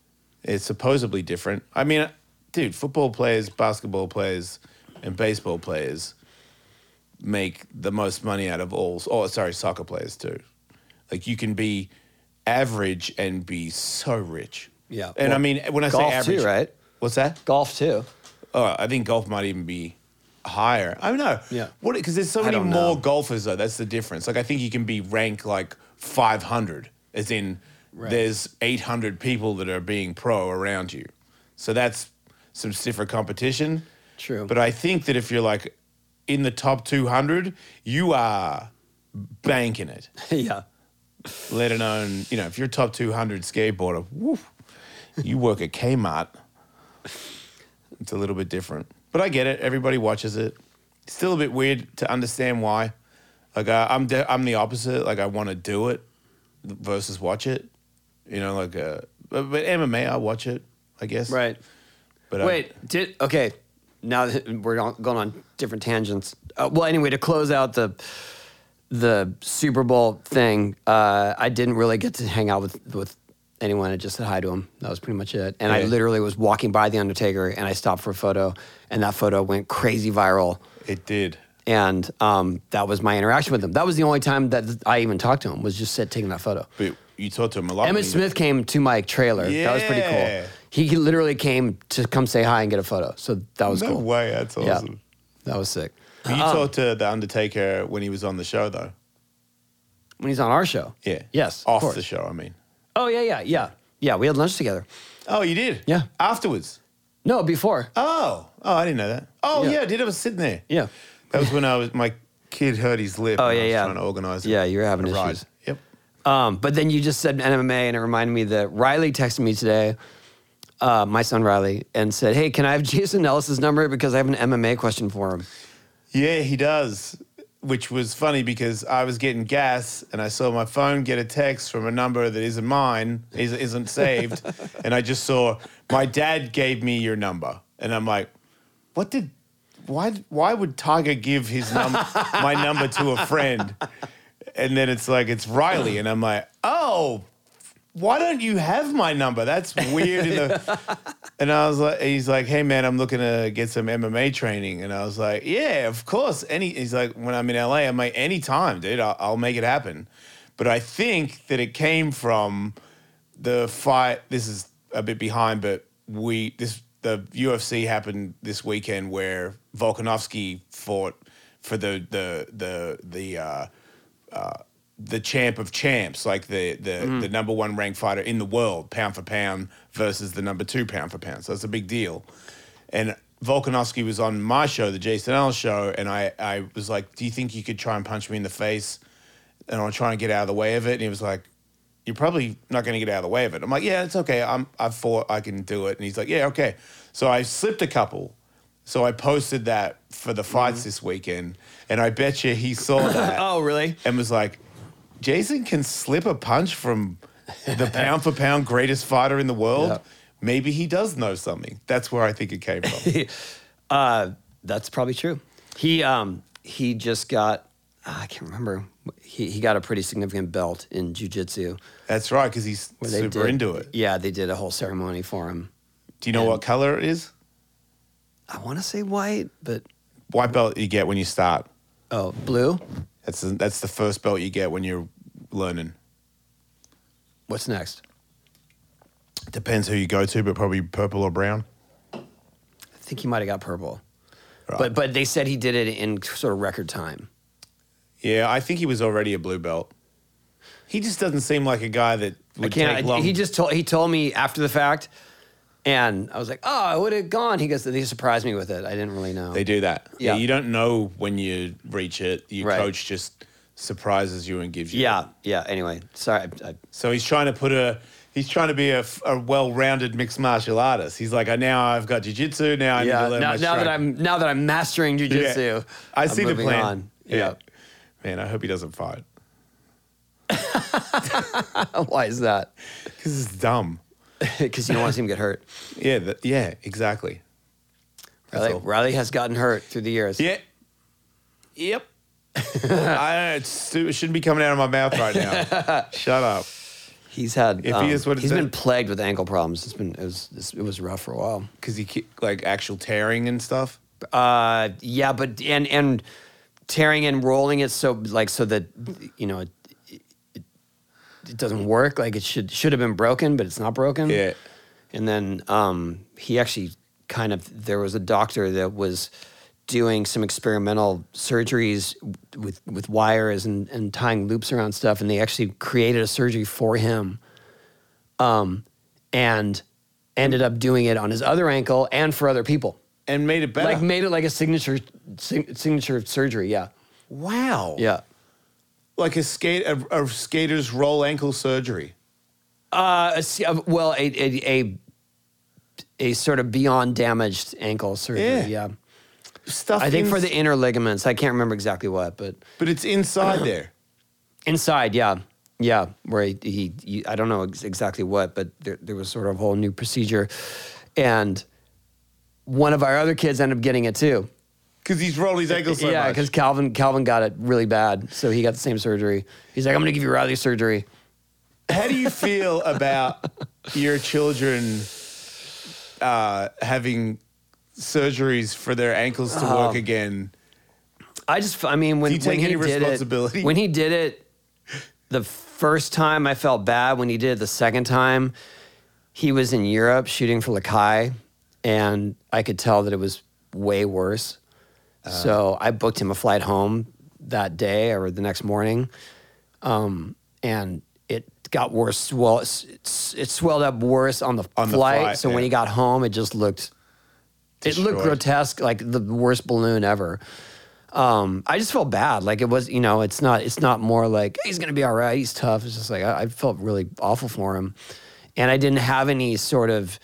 Speaker 2: it's supposedly different. I mean, dude, football players, basketball players, and baseball players make the most money out of all. Oh, sorry, soccer players too. Like you can be average and be so rich.
Speaker 1: Yeah,
Speaker 2: and I
Speaker 1: well,
Speaker 2: mean, when I say
Speaker 1: golf too,
Speaker 2: average,
Speaker 1: right?
Speaker 2: What's that?
Speaker 1: Golf too.
Speaker 2: Oh, I think golf might even be higher. I don't know.
Speaker 1: Yeah.
Speaker 2: What? Because there's so
Speaker 1: I
Speaker 2: many
Speaker 1: don't
Speaker 2: more
Speaker 1: know.
Speaker 2: golfers though. That's the difference. Like I think you can be ranked like 500, as in there's 800 people that are being pro around you. So that's some stiffer competition.
Speaker 1: True.
Speaker 2: But I think that if you're like in the top 200, you are banking it.
Speaker 1: yeah.
Speaker 2: Let alone, you know, if you're top 200 skateboarder, woof, you work at Kmart. It's a little bit different. But I get it. Everybody watches it. It's still a bit weird to understand why. Like, I, I'm, de- I'm the opposite. Like, I want to do it versus watch it. You know, like, uh, but, but MMA, I watch it, I guess.
Speaker 1: Right.
Speaker 2: But uh, I-
Speaker 1: Wait, did okay. Now that we're on- going on different tangents. Uh, well, anyway, to close out the the Super Bowl thing, uh, I didn't really get to hang out with with anyone. I just said hi to him. That was pretty much it. And I
Speaker 2: Yeah.
Speaker 1: literally was walking by the Undertaker, and I stopped for a photo, and that photo went crazy viral.
Speaker 2: it did.
Speaker 1: And um, that was my interaction with him. That was the only time that I even talked to him was just sit taking that photo.
Speaker 2: But you talked to him a lot. when
Speaker 1: Emmett
Speaker 2: you-
Speaker 1: Smith came to my trailer. That was pretty
Speaker 2: Yeah.
Speaker 1: cool. He literally came to come say hi and get a photo. So that was
Speaker 2: no
Speaker 1: cool.
Speaker 2: way. That's
Speaker 1: Yeah, Uh-uh.
Speaker 2: awesome.
Speaker 1: that was sick.
Speaker 2: You talked to the Undertaker when he was on the show, though.
Speaker 1: When he's on our show.
Speaker 2: Yeah.
Speaker 1: Yes. of
Speaker 2: Off
Speaker 1: course.
Speaker 2: the show, I mean.
Speaker 1: Oh yeah, yeah, yeah, yeah. We had lunch together.
Speaker 2: Oh, you did.
Speaker 1: Yeah.
Speaker 2: Afterwards.
Speaker 1: No, before.
Speaker 2: Oh. Oh, I didn't know that. Oh,
Speaker 1: Yeah.
Speaker 2: yeah, I did. I was sitting there.
Speaker 1: Yeah.
Speaker 2: That was when I was my kid hurt his lip.
Speaker 1: Oh,
Speaker 2: and
Speaker 1: yeah,
Speaker 2: I was
Speaker 1: yeah.
Speaker 2: Trying to organize.
Speaker 1: Yeah, you were having
Speaker 2: a ride.
Speaker 1: issues.
Speaker 2: Yep.
Speaker 1: Um, but then you just said MMA, and it reminded me that Riley texted me today, uh, my son Riley, and said, "Hey, can I have Jason Ellis's number because I have an MMA question for him?"
Speaker 2: Yeah, he does. Which was funny because I was getting gas and I saw my phone get a text from a number that isn't mine, is- isn't saved, and I just saw my dad gave me your number, and I'm like, what did? Why? Why would Tiger give his number, my number to a friend? And then it's like it's Riley, and I'm like, oh, why don't you have my number? That's weird. In the, and I was like, he's like, hey man, I'm looking to get some MMA training. And I was like, yeah, of course. Any, he's like, when I'm in LA, I'm like, anytime, dude, I'll, I'll make it happen. But I think that it came from the fight. This is a bit behind, but we this the UFC happened this weekend where Volkanovski fought for the the the the. Uh, the champ of champs, like the the, the number one ranked fighter in the world, pound for pound, versus the number two pound for pound. So that's a big deal. And Volkanovski was on my show, the Jason L show, and I, I was like, Do you think you could try and punch me in the face? And I'll try and get out of the way of it. And he was like, You're probably not gonna get out of the way of it. I'm like, Yeah, it's okay. I'm I fought, I can do it. And he's like, Yeah, okay. So I slipped a couple. So I posted that for the fights this weekend. And I bet you he saw that
Speaker 1: Oh, really?
Speaker 2: and was like, Jason can slip a punch from the pound for pound greatest fighter in the world.
Speaker 1: Yeah.
Speaker 2: Maybe he does know something. That's where I think it came from.
Speaker 1: uh, that's probably true. He um, he just got ah, I can't remember. He he got a pretty significant belt in jujitsu.
Speaker 2: That's right, because he's
Speaker 1: where they
Speaker 2: super
Speaker 1: did-
Speaker 2: into it.
Speaker 1: Yeah, they did a whole ceremony for him.
Speaker 2: Do you know what color it is?
Speaker 1: I want to say white, but
Speaker 2: White belt you get when you start.
Speaker 1: oh, blue.
Speaker 2: That's the, that's the first belt you get when you're learning.
Speaker 1: What's next?
Speaker 2: Depends who you go to, but probably purple or brown.
Speaker 1: I think he might have got purple,
Speaker 2: Right.
Speaker 1: but but they said he did it in sort of record time.
Speaker 2: yeah, I think he was already a blue belt. He just doesn't seem like a guy that
Speaker 1: I
Speaker 2: would
Speaker 1: can't.
Speaker 2: take
Speaker 1: I-
Speaker 2: long.
Speaker 1: he just told he told me after the fact, and I was like, oh, I would have gone. He goes, they surprised me with it. I didn't really know.
Speaker 2: They do that.
Speaker 1: Yeah.
Speaker 2: Yeah. You don't know when you reach it. Your
Speaker 1: Right.
Speaker 2: coach just surprises you and gives you.
Speaker 1: Yeah, yeah. Anyway, sorry. I, I,
Speaker 2: So he's trying to put a. He's trying to be a, f- a well-rounded mixed martial artist. He's like, I now I've got jujitsu. Now I need
Speaker 1: yeah.
Speaker 2: to learn
Speaker 1: Now,
Speaker 2: my
Speaker 1: now that
Speaker 2: strike."
Speaker 1: I'm now that I'm mastering
Speaker 2: Yeah.
Speaker 1: jujitsu,
Speaker 2: I
Speaker 1: I'm
Speaker 2: see the
Speaker 1: moving
Speaker 2: plan.
Speaker 1: on.
Speaker 2: Yeah. Man, I hope he doesn't fight
Speaker 1: yeah. Why is that?
Speaker 2: because it's dumb.
Speaker 1: Because you don't want to see him get hurt.
Speaker 2: Yeah. Th- yeah. Exactly. That's
Speaker 1: Riley,
Speaker 2: all.
Speaker 1: Riley has gotten hurt through the years.
Speaker 2: Yeah. Yep. I, it's stu- it shouldn't be coming out of my mouth right now. Shut up.
Speaker 1: He's had.
Speaker 2: If he
Speaker 1: um,
Speaker 2: is what it
Speaker 1: he's
Speaker 2: said-
Speaker 1: been plagued with ankle problems. It's been it was it's- it was rough for a while.
Speaker 2: Because he ki- like actual tearing and stuff.
Speaker 1: Uh, yeah, but and and tearing and rolling it so like so that you know it, it, it doesn't work. Like it should should have been broken, but it's not broken.
Speaker 2: Yeah.
Speaker 1: And then um, he actually kind of there was a doctor that was doing some experimental surgeries with with wires and and tying loops around stuff, and they actually created a surgery for him. Um, and ended up doing it on his other ankle and for other people
Speaker 2: And made it better.
Speaker 1: like made it like a signature sig- signature surgery. Yeah,
Speaker 2: wow.
Speaker 1: yeah.
Speaker 2: like a skate a, a skater's roll ankle surgery.
Speaker 1: Uh, a s- uh, well, a, a a a sort of beyond damaged ankle surgery. Yeah,
Speaker 2: Yeah. Stuff.
Speaker 1: I think
Speaker 2: ins-
Speaker 1: for the inner ligaments. I can't remember exactly what, but
Speaker 2: but it's inside there.
Speaker 1: inside. Yeah, yeah. Where he, he, he I don't know ex- exactly what, but there, there was sort of a whole new procedure, and one of our other kids ended up getting it too.
Speaker 2: Because he's rolled his ankle so
Speaker 1: yeah,
Speaker 2: much.
Speaker 1: because Calvin Calvin got it really bad, so he got the same surgery. He's like, I'm gonna give you Riley surgery.
Speaker 2: How do you feel about your children uh, having surgeries for their ankles to
Speaker 1: Oh.
Speaker 2: work again?
Speaker 1: I just, I mean, when,
Speaker 2: Do you take
Speaker 1: when he
Speaker 2: any
Speaker 1: did
Speaker 2: responsibility?
Speaker 1: it, when he did it, the first time I felt bad. When he did it the second time, he was in Europe shooting for Lakai, and I could tell that it was way worse.
Speaker 2: Uh.
Speaker 1: so I booked him a flight home that day or the next morning, um, and it got worse. Well, it's, it's, it swelled up worse on the
Speaker 2: On the
Speaker 1: flight.
Speaker 2: flight,
Speaker 1: so when
Speaker 2: yeah.
Speaker 1: he got home, it just looked it
Speaker 2: Destroyed.
Speaker 1: looked grotesque, like the worst balloon ever. Um, I just felt bad. Like it was, you know, it's not, it's not more like "Hey, he's gonna be all right. He's tough. It's just like I, I felt really awful for him, and I didn't have any sort of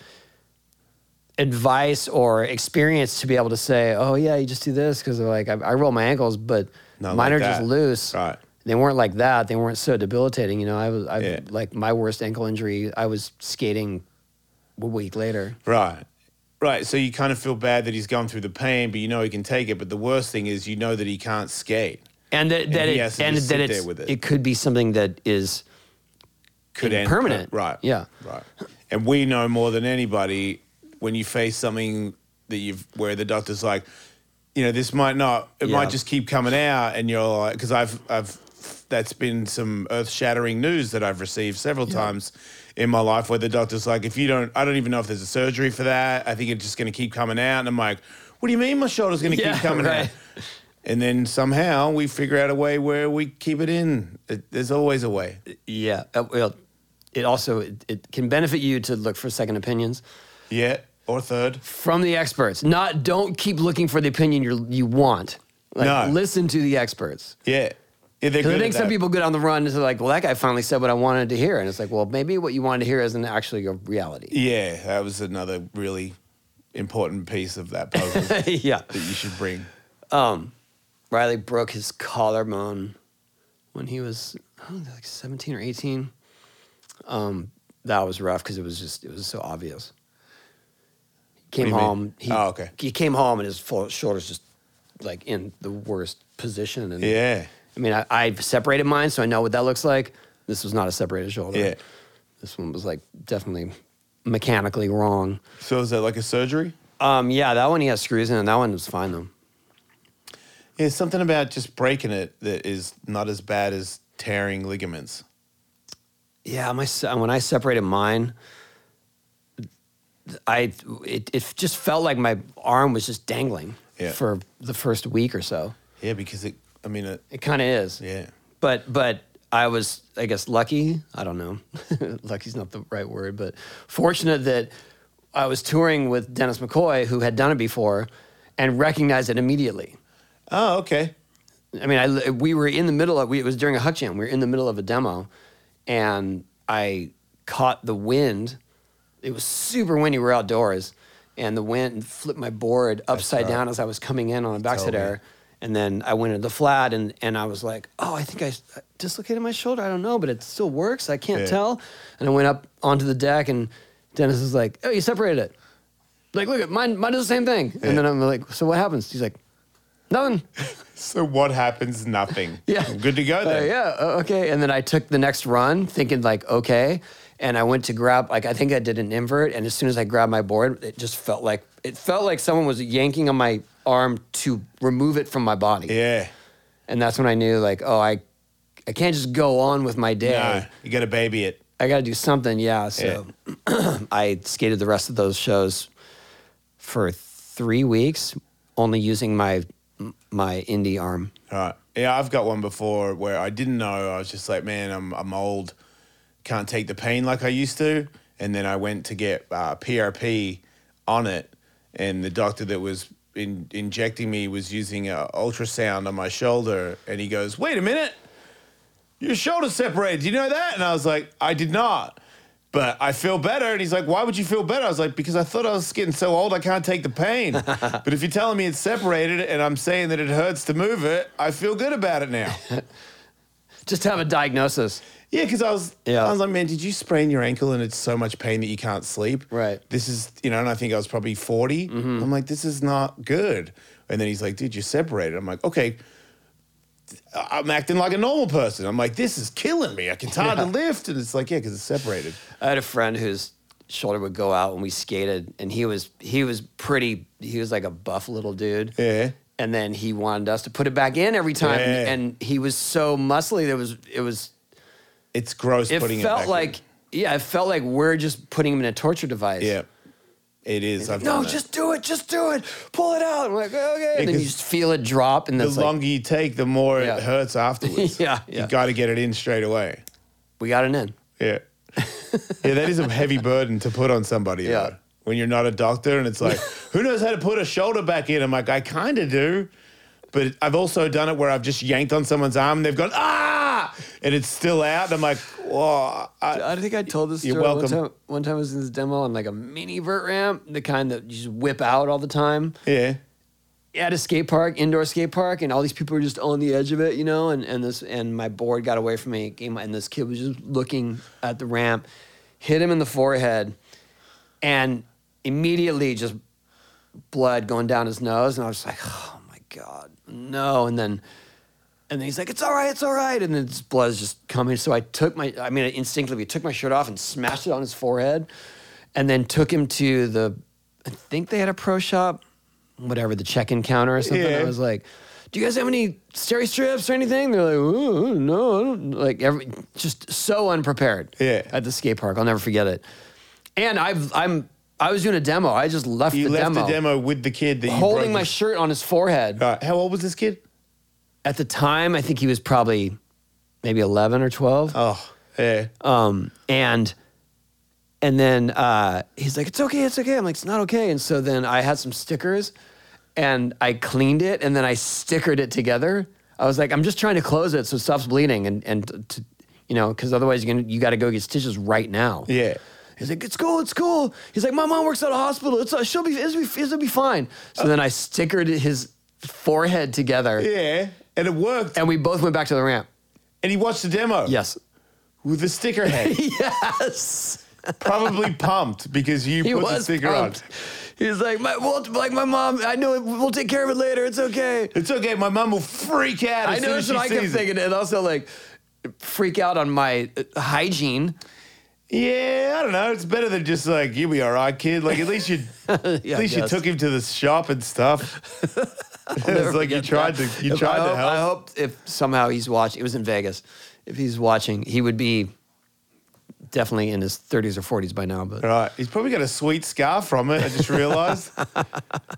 Speaker 1: advice or experience to be able to say, oh yeah, you just do this because like I, I roll my ankles, but
Speaker 2: Not
Speaker 1: mine
Speaker 2: like
Speaker 1: are just
Speaker 2: that.
Speaker 1: loose.
Speaker 2: Right.
Speaker 1: They weren't like that. They weren't so debilitating. You know, I was, I
Speaker 2: Yeah.
Speaker 1: like my worst ankle injury. I was skating a week later.
Speaker 2: Right. Right. So you kind of feel bad that he's gone through the pain, but you know he can take it. But the worst thing is you know that he can't skate.
Speaker 1: and that, that
Speaker 2: he
Speaker 1: it,
Speaker 2: has to
Speaker 1: and
Speaker 2: just
Speaker 1: that
Speaker 2: sit
Speaker 1: it's,
Speaker 2: there with
Speaker 1: it.
Speaker 2: it.
Speaker 1: could be something that is
Speaker 2: Could
Speaker 1: And
Speaker 2: end
Speaker 1: permanent.
Speaker 2: right.
Speaker 1: Yeah.
Speaker 2: Right. And we know more than anybody when you face something that you've where the doctor's like, you know, this might not it
Speaker 1: Yeah.
Speaker 2: might just keep coming out and you're like because I've I've that's been some earth-shattering news that I've received several times in my life where the doctor's like, if you don't I don't even know if there's a surgery for that. I think it's just gonna keep coming out. And I'm like, what do you mean my shoulder's gonna
Speaker 1: Yeah,
Speaker 2: keep coming
Speaker 1: right.
Speaker 2: out? And then somehow we figure out a way where we keep it in. It, there's always a way.
Speaker 1: yeah uh, well it also it, it can benefit you to look for second opinions
Speaker 2: Yeah. Or third.
Speaker 1: from the experts not don't keep looking for the opinion you you want like
Speaker 2: No.
Speaker 1: listen to the experts
Speaker 2: Yeah. Yeah, they're
Speaker 1: because
Speaker 2: good
Speaker 1: I
Speaker 2: at
Speaker 1: think some
Speaker 2: that.
Speaker 1: people go down the run and say like well that guy finally said what I wanted to hear and it's like well maybe what you wanted to hear isn't actually a reality
Speaker 2: Yeah, that was another really important piece of that puzzle that
Speaker 1: yeah
Speaker 2: you should bring.
Speaker 1: Riley broke his collarbone when he was I don't know, like 17 or 18. Um, that was rough because it was just it was so obvious. He came
Speaker 2: What do you mean?
Speaker 1: home. He,
Speaker 2: Oh, okay.
Speaker 1: He came home and his full, shoulders just like in the worst position. And
Speaker 2: Yeah.
Speaker 1: I mean, I, I've separated mine, so I know what that looks like. This was not a separated shoulder.
Speaker 2: Yeah.
Speaker 1: This one was like definitely mechanically wrong.
Speaker 2: So is that like a surgery?
Speaker 1: Um, yeah, that one he has screws in, and that one was fine though.
Speaker 2: Yeah, something about just breaking it that is not as bad as tearing ligaments.
Speaker 1: Yeah, my se- when I separated mine, I it, it just felt like my arm was just dangling
Speaker 2: Yeah.
Speaker 1: for the first week or so.
Speaker 2: Yeah, because it. I mean, it,
Speaker 1: It kind of is.
Speaker 2: yeah.
Speaker 1: But but I was I guess lucky. I don't know. Lucky's not the right word, but fortunate that I was touring with Dennis McCoy, who had done it before, and recognized it immediately.
Speaker 2: Oh, okay.
Speaker 1: I mean, I li- we were in the middle of we, it was during a Huck Jam. We were in the middle of a demo, and I caught the wind. It was super windy. We were outdoors, and the wind flipped my board upside
Speaker 2: right.
Speaker 1: down as I was coming in on a backside
Speaker 2: me.
Speaker 1: air. And then I went into the flat, and, and I was like, oh, I think I s- I dislocated my shoulder. I don't know, but it still works. I can't
Speaker 2: Yeah.
Speaker 1: tell. And I went up onto the deck, and Dennis is like, oh, you separated it. Like, look at mine. Mine does the same thing.
Speaker 2: Yeah.
Speaker 1: And then I'm like, so what happens? He's like, nothing.
Speaker 2: So what happens? Nothing.
Speaker 1: Yeah.
Speaker 2: Good to go
Speaker 1: Uh,
Speaker 2: then.
Speaker 1: yeah. uh, Okay. And then I took the next run thinking like, okay. And I went to grab, like, I think I did an invert. And as soon as I grabbed my board, it just felt like, it felt like someone was yanking on my arm to remove it from my body.
Speaker 2: Yeah.
Speaker 1: And that's when I knew like, oh, I, I can't just go on with my day.
Speaker 2: No, you got to baby it.
Speaker 1: I got to do something. Yeah. So I skated the rest of those shows for three weeks, only using my, my indie arm.
Speaker 2: Right. Yeah, I've got one before where I didn't know. I was just like, man, I'm I'm old, can't take the pain like I used to. And then I went to get uh, PRP on it, and the doctor that was in, injecting me was using a ultrasound on my shoulder, and he goes, "Wait a minute, your shoulder's separated. Do you know that?" And I was like, "I did not." But I feel better. And he's like, Why would you feel better? I was like, Because I thought I was getting so old, I can't take the pain. but if you're telling me it's separated and I'm saying that it hurts to move it, I feel good about it now.
Speaker 1: Just have a diagnosis.
Speaker 2: yeah, because I was,
Speaker 1: Yeah.
Speaker 2: I was like, Man, did you sprain your ankle and it's so much pain that you can't sleep?
Speaker 1: Right. Mm-hmm.
Speaker 2: This is, you know, and I think I was probably 40. I'm like, This is not good. And then he's like, Dude, you're separated. I'm like, Okay. I'm acting like a normal person. I'm like, this is killing me. Like, It's hard to lift. And it's like, yeah, because it's separated.
Speaker 1: I had a friend whose shoulder would go out when we skated, and he was he was pretty. He was like a buff little dude.
Speaker 2: Yeah.
Speaker 1: And then he wanted us to put it back in every time,
Speaker 2: Yeah.
Speaker 1: and he was so muscly that it was it was
Speaker 2: It's gross
Speaker 1: it
Speaker 2: putting it
Speaker 1: felt
Speaker 2: back in.
Speaker 1: like yeah, it felt like we're just putting him in a torture device.
Speaker 2: Yeah, it is. I've
Speaker 1: No,
Speaker 2: done that.
Speaker 1: just do it. Just do it. Pull it out. I'm like, okay. And then you
Speaker 2: 'cause
Speaker 1: just feel it drop, and
Speaker 2: the
Speaker 1: that's like,
Speaker 2: longer you take, the more
Speaker 1: Yeah.
Speaker 2: it hurts afterwards.
Speaker 1: Yeah, yeah.
Speaker 2: you got to get it in straight away.
Speaker 1: we got it in.
Speaker 2: Yeah, yeah, that is a heavy burden to put on somebody.
Speaker 1: Yeah.
Speaker 2: though. when you're not a doctor, and it's like, who knows how to put a shoulder back in? I'm like, I kind of do, but I've also done it where I've just yanked on someone's arm and they've gone ah, and it's still out. And I'm like, whoa, I,
Speaker 1: I think I told this
Speaker 2: You're
Speaker 1: story one
Speaker 2: welcome.
Speaker 1: time. One time I was in this demo on like a mini vert ramp, the kind that you just whip out all the time.
Speaker 2: yeah,
Speaker 1: at a skate park, indoor skate park, and all these people were just on the edge of it, you know. And, and this and my board got away from me, came, and this kid was just looking at the ramp, hit him in the forehead, and immediately just blood going down his nose. And I was like, oh my god, no! And then and then he's like, it's all right, it's all right. And then his blood is just coming. So I took my, I mean, I instinctively took my shirt off and smashed it on his forehead and then took him to the, I think they had a pro shop, whatever, the check in counter or something.
Speaker 2: Yeah.
Speaker 1: I was like, do you guys have any steri strips or anything? They're like, "Ooh, no, I don't," like every, just so unprepared.
Speaker 2: Yeah.
Speaker 1: At the skate park, I'll never forget it. And I've, I'm, I was doing a demo. I just left
Speaker 2: you
Speaker 1: the
Speaker 2: left
Speaker 1: demo,
Speaker 2: the demo with the kid that you
Speaker 1: holding
Speaker 2: broke
Speaker 1: my
Speaker 2: his-
Speaker 1: shirt on his forehead.
Speaker 2: All right, how old was this kid?
Speaker 1: At the time, I think he was probably maybe 11 or 12.
Speaker 2: Oh, yeah.
Speaker 1: Um, and and then uh, he's like, "It's okay, it's okay." I'm like, "It's not okay." And so then I had some stickers, and I cleaned it, and then I stickered it together. I was like, "I'm just trying to close it so it stops bleeding," and and to, you know, because otherwise you're gonna you got to go get stitches right now.
Speaker 2: Yeah.
Speaker 1: He's like, it's cool, it's cool. He's like, my mom works at a hospital. It's uh, she'll be it'll, be it'll be fine. So then I stickered his forehead together,
Speaker 2: Yeah. And it worked.
Speaker 1: and we both went back to the ramp.
Speaker 2: And he watched the demo.
Speaker 1: Yes,
Speaker 2: With the sticker head.
Speaker 1: yes.
Speaker 2: Probably pumped because you
Speaker 1: He
Speaker 2: put the
Speaker 1: was
Speaker 2: sticker
Speaker 1: pumped.
Speaker 2: on.
Speaker 1: He was like, my, well, like my mom. I know it, we'll take care of it later. It's okay.
Speaker 2: It's okay. My mum will freak out.
Speaker 1: I
Speaker 2: As
Speaker 1: know
Speaker 2: soon
Speaker 1: that's
Speaker 2: as she
Speaker 1: what I kept
Speaker 2: sees it.
Speaker 1: thinking, and also like freak out on my uh, hygiene.
Speaker 2: Yeah, I don't know. It's better than just like you'll be all right, kid. Like at least you,
Speaker 1: Yeah,
Speaker 2: at least
Speaker 1: I
Speaker 2: you
Speaker 1: guess.
Speaker 2: took him to the shop and stuff. it's like you tried to, you
Speaker 1: If-
Speaker 2: tried
Speaker 1: I
Speaker 2: to
Speaker 1: hope, I hope
Speaker 2: help.
Speaker 1: if somehow he's watching. It was in Vegas. If he's watching, he would be definitely in his 30s or 40s by now. But
Speaker 2: Right, he's probably got a sweet scar from it. I just realised,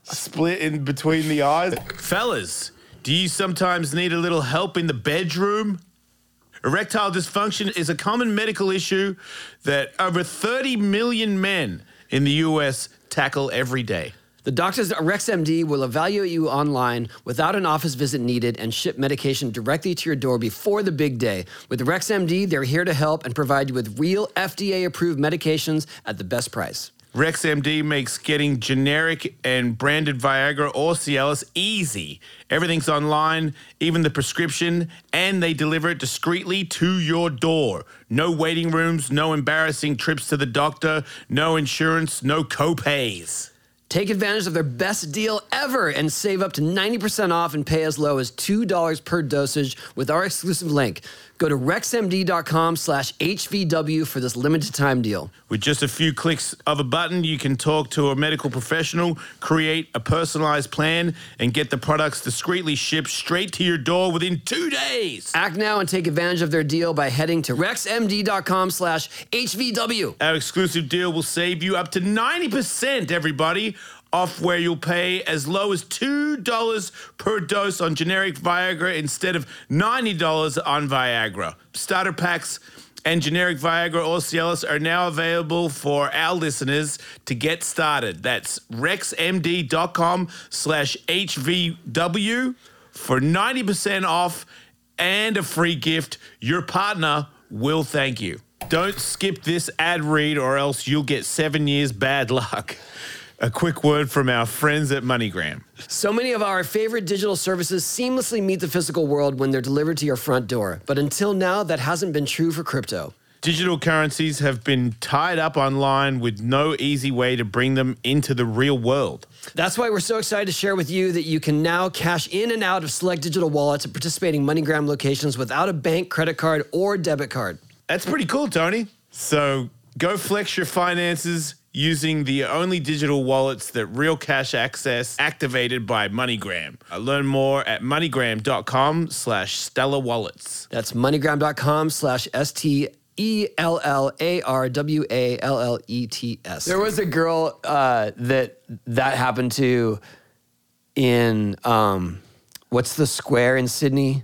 Speaker 2: split in between the eyes. Fellas, do you sometimes need a little help in the bedroom? Erectile dysfunction is a common medical issue that over 30 million men in the US tackle every day.
Speaker 1: the doctors at RexMD will evaluate you online without an office visit needed and ship medication directly to your door before the big day. With RexMD, they're here to help and provide you with real FDA approved medications at the best price.
Speaker 2: RexMD makes getting generic and branded Viagra or Cialis easy. Everything's online, even the prescription, and they deliver it discreetly to your door. No waiting rooms, no embarrassing trips to the doctor, no insurance, no copays.
Speaker 1: Take advantage of their best deal ever and save up to 90% off and pay as low as $2 per dosage with our exclusive link. Go to rexmd.com slash HVW for this limited time deal.
Speaker 2: With just a few clicks of a button, you can talk to a medical professional, create a personalized plan, and get the products discreetly shipped straight to your door within two days.
Speaker 1: Act now and take advantage of their deal by heading to rexmd.com slash HVW.
Speaker 2: Our exclusive deal will save you up to 90%, everybody, off where you'll pay as low as $2 per dose on generic Viagra instead of $90 on Viagra. Starter packs and generic Viagra or Cialis are now available for our listeners to get started. That's rexmd.com slash HVW for 90% off and a free gift. Your partner will thank you. Don't skip this ad read or else you'll get seven years bad luck. A quick word from our friends at MoneyGram.
Speaker 1: So many of our favorite digital services seamlessly meet the physical world when they're delivered to your front door. But until now, that hasn't been true for crypto.
Speaker 2: Digital currencies have been tied up online with no easy way to bring them into the real world.
Speaker 1: That's why we're so excited to share with you that you can now cash in and out of select digital wallets at participating MoneyGram locations without a bank, credit card, or debit card.
Speaker 2: That's pretty cool, Tony. So go flex your finances using the only digital wallets that Real Cash Access activated by MoneyGram. Uh, Learn more at moneygram.com slash stellar wallets.
Speaker 1: That's moneygram.com slash STELLA
Speaker 3: E L L A R W A L L E T S.
Speaker 1: There was a girl uh, that that happened to in um, what's the square in Sydney?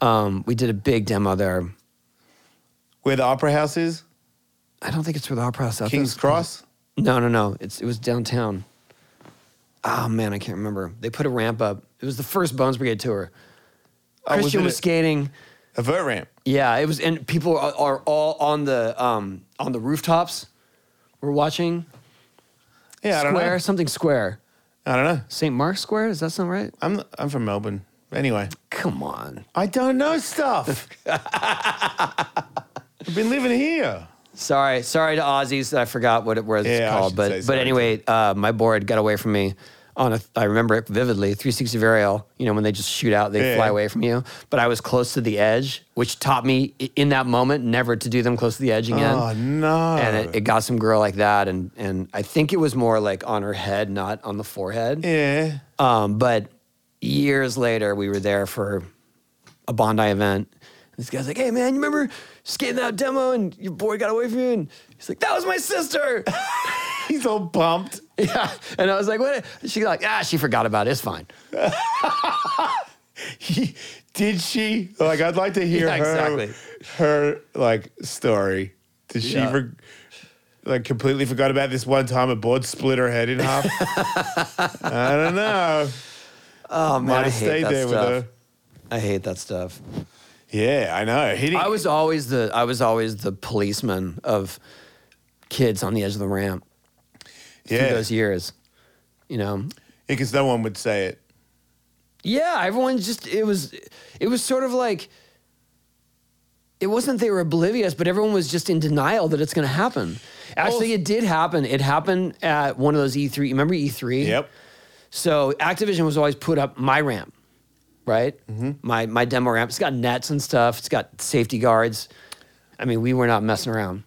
Speaker 1: Um, we did a big demo there.
Speaker 2: Where the opera house is?
Speaker 1: I don't think it's where the opera house. I think
Speaker 2: King's
Speaker 1: it's-
Speaker 2: Cross?
Speaker 1: No, no, no. It's it was downtown. Oh man, I can't remember. They put a ramp up. It was the first Bones Brigade tour.
Speaker 2: Oh, was
Speaker 1: Christian
Speaker 2: it
Speaker 1: was
Speaker 2: a-
Speaker 1: skating.
Speaker 2: A vert ramp.
Speaker 1: Yeah, it was, and people are, are all on the um, on the rooftops. We're watching
Speaker 2: Yeah, I don't
Speaker 1: square
Speaker 2: know.
Speaker 1: something square.
Speaker 2: I don't know.
Speaker 1: St. Mark's Square? Does that sound right?
Speaker 2: I'm I'm from Melbourne. Anyway,
Speaker 1: Come on.
Speaker 2: I don't know stuff. I've been living here.
Speaker 1: Sorry, sorry to Aussies that I forgot what it was
Speaker 2: Yeah, I
Speaker 1: called.
Speaker 2: should
Speaker 1: But
Speaker 2: say
Speaker 1: but
Speaker 2: sorry,
Speaker 1: anyway, uh, my board got away from me. On a, I remember it vividly. 360 Varial. You know when they just shoot out, they
Speaker 2: Yeah.
Speaker 1: fly away from you. But I was close to the edge, which taught me i- in that moment never to do them close to the edge again.
Speaker 2: Oh no.
Speaker 1: And it, it got some girl like that, and and I think it was more like on her head, not on the forehead.
Speaker 2: yeah.
Speaker 1: Um, but years later, we were there for a Bondi event. And This guy's like, "Hey man, you remember skating that demo and your boy got away from you?" And he's like, "That was my sister."
Speaker 2: He's all pumped.
Speaker 1: yeah, and I was like, "What?" She's like, "Ah, she forgot about it. It's fine."
Speaker 2: He, did she like I'd like to hear
Speaker 1: Yeah,
Speaker 2: her
Speaker 1: exactly.
Speaker 2: her like story. Did she
Speaker 1: Yeah.
Speaker 2: for, like completely forgot about this one time a board split her head in half? I don't know.
Speaker 1: Oh man,
Speaker 2: Might
Speaker 1: I hate
Speaker 2: have stayed
Speaker 1: that
Speaker 2: there with
Speaker 1: stuff.
Speaker 2: her.
Speaker 1: I hate that stuff.
Speaker 2: Yeah, I know. Hitting
Speaker 1: I was always the I was always the policeman of kids on the edge of the ramp through
Speaker 2: yeah,
Speaker 1: those years. You know,
Speaker 2: because no one would say it.
Speaker 1: Yeah, everyone just it was it was sort of like it wasn't they were oblivious, but everyone was just in denial that it's going to happen. Actually,
Speaker 2: Well-
Speaker 1: it did happen. It happened at one of those E3. Remember E E3?
Speaker 2: Yep.
Speaker 1: So Activision was always put up my ramp, right? My my demo ramp. It's got nets and stuff. It's got safety guards. I mean, we were not messing around,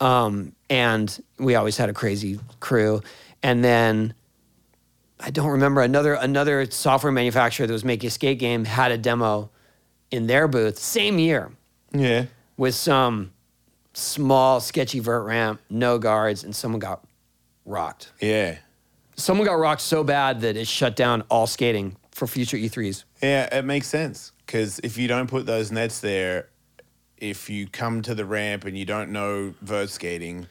Speaker 1: um, and we always had a crazy crew. And then I don't remember another another software manufacturer that was making a skate game had a demo in their booth same year
Speaker 2: Yeah.
Speaker 1: with some small sketchy vert ramp, no guards, and someone got rocked
Speaker 2: Yeah.
Speaker 1: someone got rocked so bad that it shut down all skating for future E E3s.
Speaker 2: Yeah, it makes sense because if you don't put those nets there, if you come to the ramp and you don't know vert skating,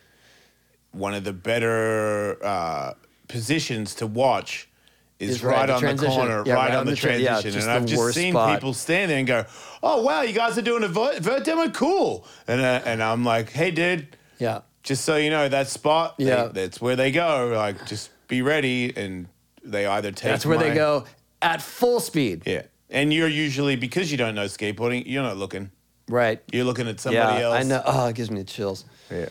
Speaker 2: one of the better uh, positions to watch is,
Speaker 1: Is right at
Speaker 2: right,
Speaker 1: the
Speaker 2: on the
Speaker 1: transition.
Speaker 2: corner,
Speaker 1: Yeah,
Speaker 2: right on the
Speaker 1: tra-
Speaker 2: transition.
Speaker 1: yeah, just
Speaker 2: and I've
Speaker 1: the
Speaker 2: just
Speaker 1: worst
Speaker 2: seen
Speaker 1: spot.
Speaker 2: people stand there and go, "Oh wow, you guys are doing a vert, vert demo, cool!" And uh, and I'm like, "Hey, dude."
Speaker 1: Yeah.
Speaker 2: just so you know, that spot, they-
Speaker 1: Yeah.
Speaker 2: that's where they go. Like, just be ready, and they either take.
Speaker 1: That's where they
Speaker 2: my-
Speaker 1: go at full speed.
Speaker 2: Yeah, and you're usually because you don't know skateboarding, you're not looking.
Speaker 1: Right.
Speaker 2: You're looking at somebody
Speaker 1: Yeah.
Speaker 2: else.
Speaker 1: I know. Oh, it gives me the chills.
Speaker 2: Yeah.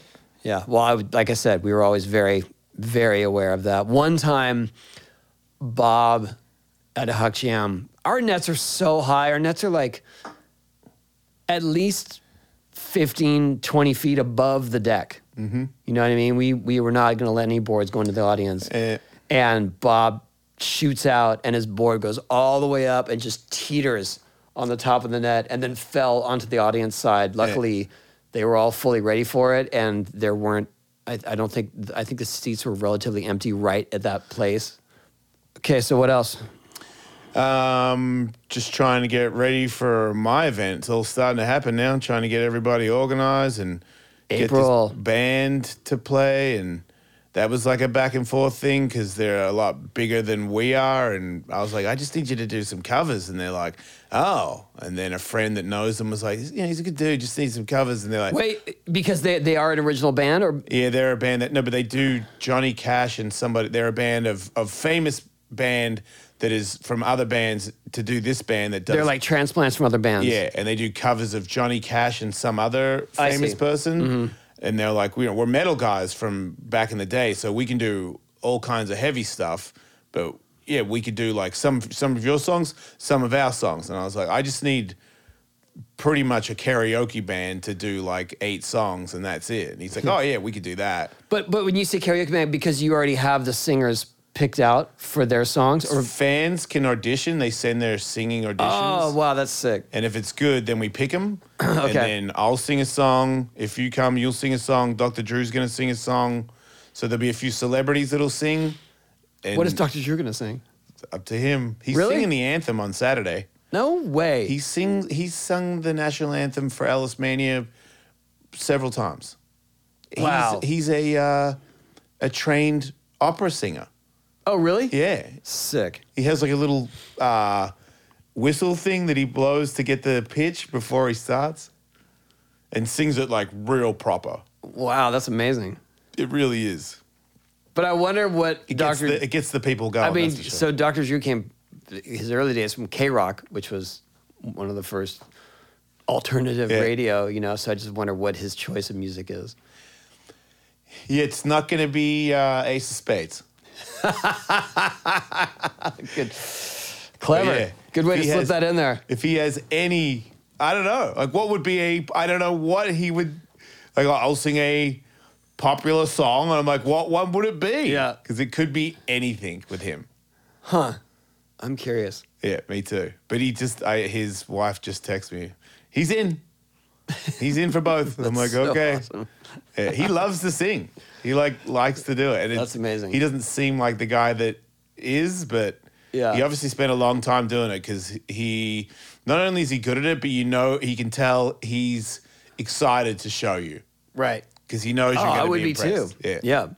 Speaker 1: Yeah. Well, I would, like I said, we were always very, very aware of that. One time, Bob at Huck Jam, our nets are so high. Our nets are like at least 15, 20 feet above the deck. Mm-hmm. You know what I mean? We, we were not going to let any boards go into the audience.
Speaker 2: Eh.
Speaker 1: And Bob shoots out, and his board goes all the way up and just teeters on the top of the net and then fell onto the audience side. Luckily, they were all fully ready for it, and there weren't, I, I don't think, I think the seats were relatively empty right at that place. Okay, so what else?
Speaker 2: Um, just trying to get ready for my event. It's all starting to happen now. I'm trying to get everybody organized and
Speaker 1: April.
Speaker 2: get this band to play, and that was like a back and forth thing because they're a lot bigger than we are. And I was like, I just need you to do some covers, and they're like, oh. And then a friend that knows them was like, yeah, he's a good dude. Just need some covers, and they're like,
Speaker 1: Wait, because they, they are an original band, or
Speaker 2: Yeah, they're a band that no, but they do Johnny Cash and somebody. They're a band of of famous band that is from other bands to do this band that does.
Speaker 1: they're like transplants from other bands?
Speaker 2: yeah, and they do covers of Johnny Cash and some other
Speaker 1: I
Speaker 2: famous
Speaker 1: see. Mm-hmm.
Speaker 2: person. And they're like, we're we're metal guys from back in the day, so we can do all kinds of heavy stuff. But yeah, we could do like some some of your songs, some of our songs. And I was like, I just need pretty much a karaoke band to do like eight songs,
Speaker 1: Hmm.
Speaker 2: and that's it. And he's like, oh yeah, we could do that.
Speaker 1: But but when you say karaoke band, because you already have the singer's picked out for their songs? Or
Speaker 2: fans can audition. They send their singing
Speaker 1: oh
Speaker 2: auditions.
Speaker 1: wow, that's sick.
Speaker 2: And if it's good, then we pick them.
Speaker 1: Okay.
Speaker 2: And then I'll sing a song. If you come, you'll sing a song. Dr. Drew's going to sing a song. So there'll be a few celebrities that'll sing. And
Speaker 1: What is Dr. Drew gonna sing?
Speaker 2: up to him? He's
Speaker 1: Really?
Speaker 2: singing the anthem on Saturday.
Speaker 1: No way.
Speaker 2: He sings. He sung the national anthem for Alice Mania several times.
Speaker 1: Wow.
Speaker 2: He's, he's a uh, a trained opera singer.
Speaker 1: oh really?
Speaker 2: Yeah.
Speaker 1: Sick.
Speaker 2: He has like a little uh, whistle thing that he blows to get the pitch before he starts, and sings it like real proper.
Speaker 1: Wow, that's amazing.
Speaker 2: It really is.
Speaker 1: But I wonder what
Speaker 2: It gets,
Speaker 1: Dr.
Speaker 2: the, it gets the people
Speaker 1: I
Speaker 2: going.
Speaker 1: mean,
Speaker 2: that's
Speaker 1: so
Speaker 2: for sure.
Speaker 1: Dr. Drew came his early days from K Rock, which was one of the first alternative
Speaker 2: Yeah.
Speaker 1: radio, you know. So I just wonder what his choice of music is.
Speaker 2: yeah, it's not going to be uh, Ace of Spades.
Speaker 1: Good, clever,
Speaker 2: yeah.
Speaker 1: good way to
Speaker 2: He
Speaker 1: slip
Speaker 2: has-
Speaker 1: that in there.
Speaker 2: if he has any i don't know like what would be a i don't know what he would like i'll sing a popular song and i'm like what one would it be
Speaker 1: Yeah.
Speaker 2: because it could be anything with him
Speaker 1: I'm curious.
Speaker 2: yeah me too but he just I, his wife just texted me he's in he's in for both i'm like
Speaker 1: so
Speaker 2: okay
Speaker 1: awesome.
Speaker 2: Yeah, he loves to sing he like likes to do it and it's-
Speaker 1: That's amazing.
Speaker 2: he doesn't seem like the guy that is but
Speaker 1: Yeah.
Speaker 2: he obviously spent a long time doing it because he not only is he good at it, but you know he can tell he's excited to show you
Speaker 1: Right.
Speaker 2: because he knows
Speaker 1: Oh,
Speaker 2: you're going
Speaker 1: I
Speaker 2: to
Speaker 1: would
Speaker 2: be
Speaker 1: be, too.
Speaker 2: impressed. Yeah,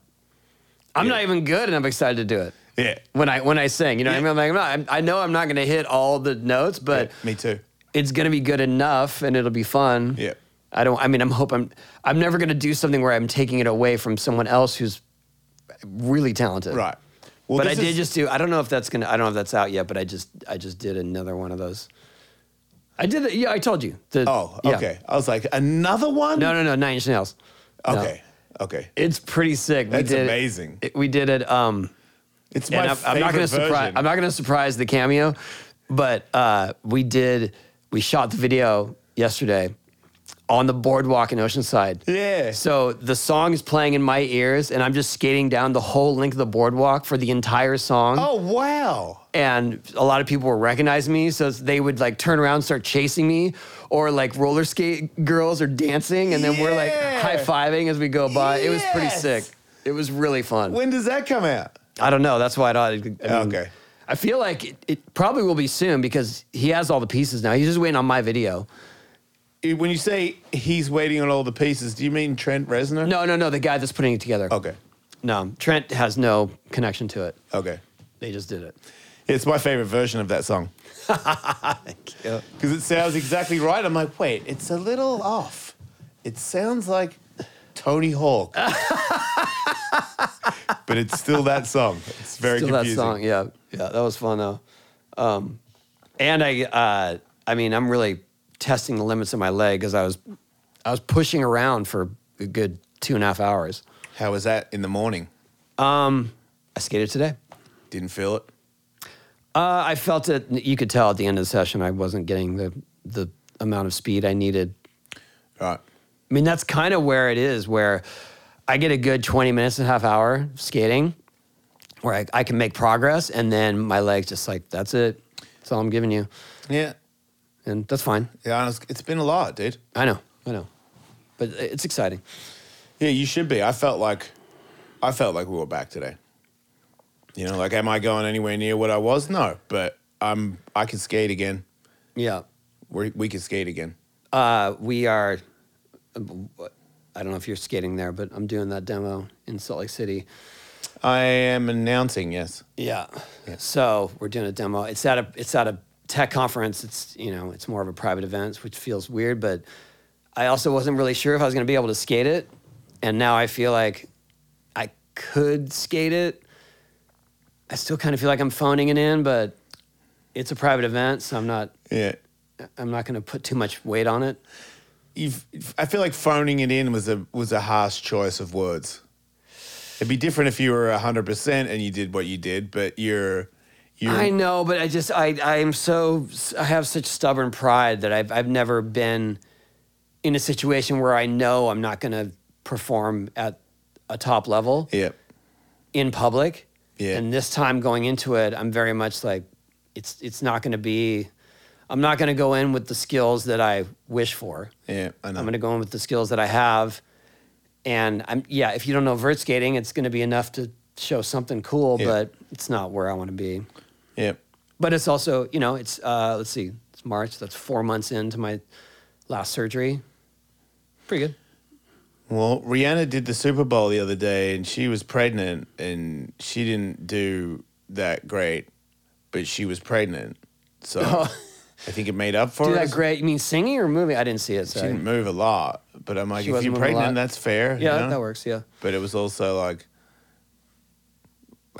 Speaker 1: I'm
Speaker 2: Yeah.
Speaker 1: not even good, and I'm excited to do it.
Speaker 2: yeah,
Speaker 1: When I when I sing, you know,
Speaker 2: Yeah.
Speaker 1: what I mean, I'm like, I'm not, I'm, I know I'm not going to hit all the notes, but
Speaker 2: Yeah, me too.
Speaker 1: it's going to be good enough, and it'll be fun.
Speaker 2: Yeah.
Speaker 1: I don't. I mean, I'm hope I'm. I'm never going to do something where I'm taking it away from someone else who's really talented.
Speaker 2: Right. Well,
Speaker 1: but I
Speaker 2: this
Speaker 1: did
Speaker 2: is-
Speaker 1: just do. I don't know if that's gonna. I don't know if that's out yet. But I just. I just did another one of those. I did. The, yeah, I told you. The,
Speaker 2: Oh,
Speaker 1: yeah.
Speaker 2: okay. I was like, another one?
Speaker 1: No, no, no. Nine Inch Nails. No.
Speaker 2: Okay, okay.
Speaker 1: It's pretty sick. We
Speaker 2: That's
Speaker 1: did it-
Speaker 2: amazing.
Speaker 1: it- we did it. Um,
Speaker 2: It's my
Speaker 1: and I'm,
Speaker 2: favorite
Speaker 1: I'm not gonna
Speaker 2: version.
Speaker 1: surprise. I'm not gonna surprise the cameo, but uh, we did. We shot the video yesterday on the boardwalk in Oceanside.
Speaker 2: Yeah.
Speaker 1: So the song is playing in my ears, and I'm just skating down the whole length of the boardwalk for the entire song
Speaker 2: oh wow.
Speaker 1: and a lot of people were recognizing me so they would like turn around and start chasing me or like roller skate girls are dancing and then we're like
Speaker 2: Yeah.
Speaker 1: high-fiving as we go by it was pretty
Speaker 2: Yes.
Speaker 1: sick it was really fun
Speaker 2: When does that come out?
Speaker 1: i don't know that's why i thought it could- I mean,
Speaker 2: Okay.
Speaker 1: i feel like it, it probably will be soon because he has all the pieces now he's just waiting on my video
Speaker 2: It- When you say he's waiting on all the pieces, do you mean Trent Reznor?
Speaker 1: no no no the guy that's putting it together
Speaker 2: Okay.
Speaker 1: no trent has no connection to it
Speaker 2: Okay.
Speaker 1: they just did it
Speaker 2: It's my favorite version of that song. Because it sounds exactly right. I'm like, wait, it's a little off. It sounds like Tony Hawk. but it's still that song. It's very
Speaker 1: Still
Speaker 2: confusing.
Speaker 1: that song. Yeah, yeah, that was fun though. Um, and I, uh, I mean, I'm really testing the limits of my leg because I was, I was pushing around for a good two and a half hours.
Speaker 2: How was that in the morning?
Speaker 1: I skated today.
Speaker 2: Didn't feel it.
Speaker 1: Uh, I felt it. You could tell at the end of the session I wasn't getting the the amount of speed I needed.
Speaker 2: Right.
Speaker 1: I mean, that's kind of where it is. Where I get a good 20 minutes and a half hour skating, where I, I can make progress, and then my leg's just like, that's it. That's all I'm giving you,
Speaker 2: Yeah.
Speaker 1: and that's fine.
Speaker 2: Yeah. honest- It's been a lot, dude.
Speaker 1: I know, I know, but it's exciting.
Speaker 2: Yeah, you should be. I felt like, I felt like we were back today. You know, like, am I going anywhere near what I was? No, but I'm. I can skate again.
Speaker 1: Yeah,
Speaker 2: We're, we can skate again.
Speaker 1: uh, we are. I don't know if you're skating there, but I'm doing that demo in Salt Lake City.
Speaker 2: I am announcing. Yes.
Speaker 1: Yeah. So we're doing a demo. It's at a it's at a tech conference. It's you know it's more of a private event, which feels weird. But I also wasn't really sure if I was going to be able to skate it, and now I feel like I could skate it. I still kind of feel like I'm phoning it in, but it's a private event, so I'm not.
Speaker 2: Yeah.
Speaker 1: I'm not going to put too much weight on it.
Speaker 2: You've, I feel like phoning it in was a was a harsh choice of words. It'd be different if you were hundred percent and you did what you did, but you're you're
Speaker 1: I know, but I just I I am so I have such stubborn pride that I've I've never been in a situation where I know I'm not going to perform at a top level
Speaker 2: yeah
Speaker 1: in public.
Speaker 2: Yeah.
Speaker 1: And this time going into it, I'm very much like, it's it's not going to be, I'm not going to go in with the skills that I wish for.
Speaker 2: Yeah, I know.
Speaker 1: I'm going to go in with the skills that I have. And I'm yeah, if you don't know vert skating, it's going to be enough to show something cool,
Speaker 2: Yeah.
Speaker 1: but it's not where I want to be.
Speaker 2: yeah.
Speaker 1: But it's also, you know, it's uh, let's see, it's March. That's four months into my last surgery. Pretty good.
Speaker 2: Well, Rihanna did the Super Bowl the other day, and she was pregnant, and she didn't do that great, but she was pregnant, so I think it made up for
Speaker 1: Do
Speaker 2: it.
Speaker 1: Oh. that great. You mean singing or moving? I didn't see it.
Speaker 2: She
Speaker 1: Sorry.
Speaker 2: didn't move a lot, but I'm like,
Speaker 1: She
Speaker 2: if
Speaker 1: wasn't
Speaker 2: you're
Speaker 1: moving a lot.
Speaker 2: pregnant, that's fair. you
Speaker 1: yeah,
Speaker 2: know?
Speaker 1: that works. Yeah.
Speaker 2: But it was also like,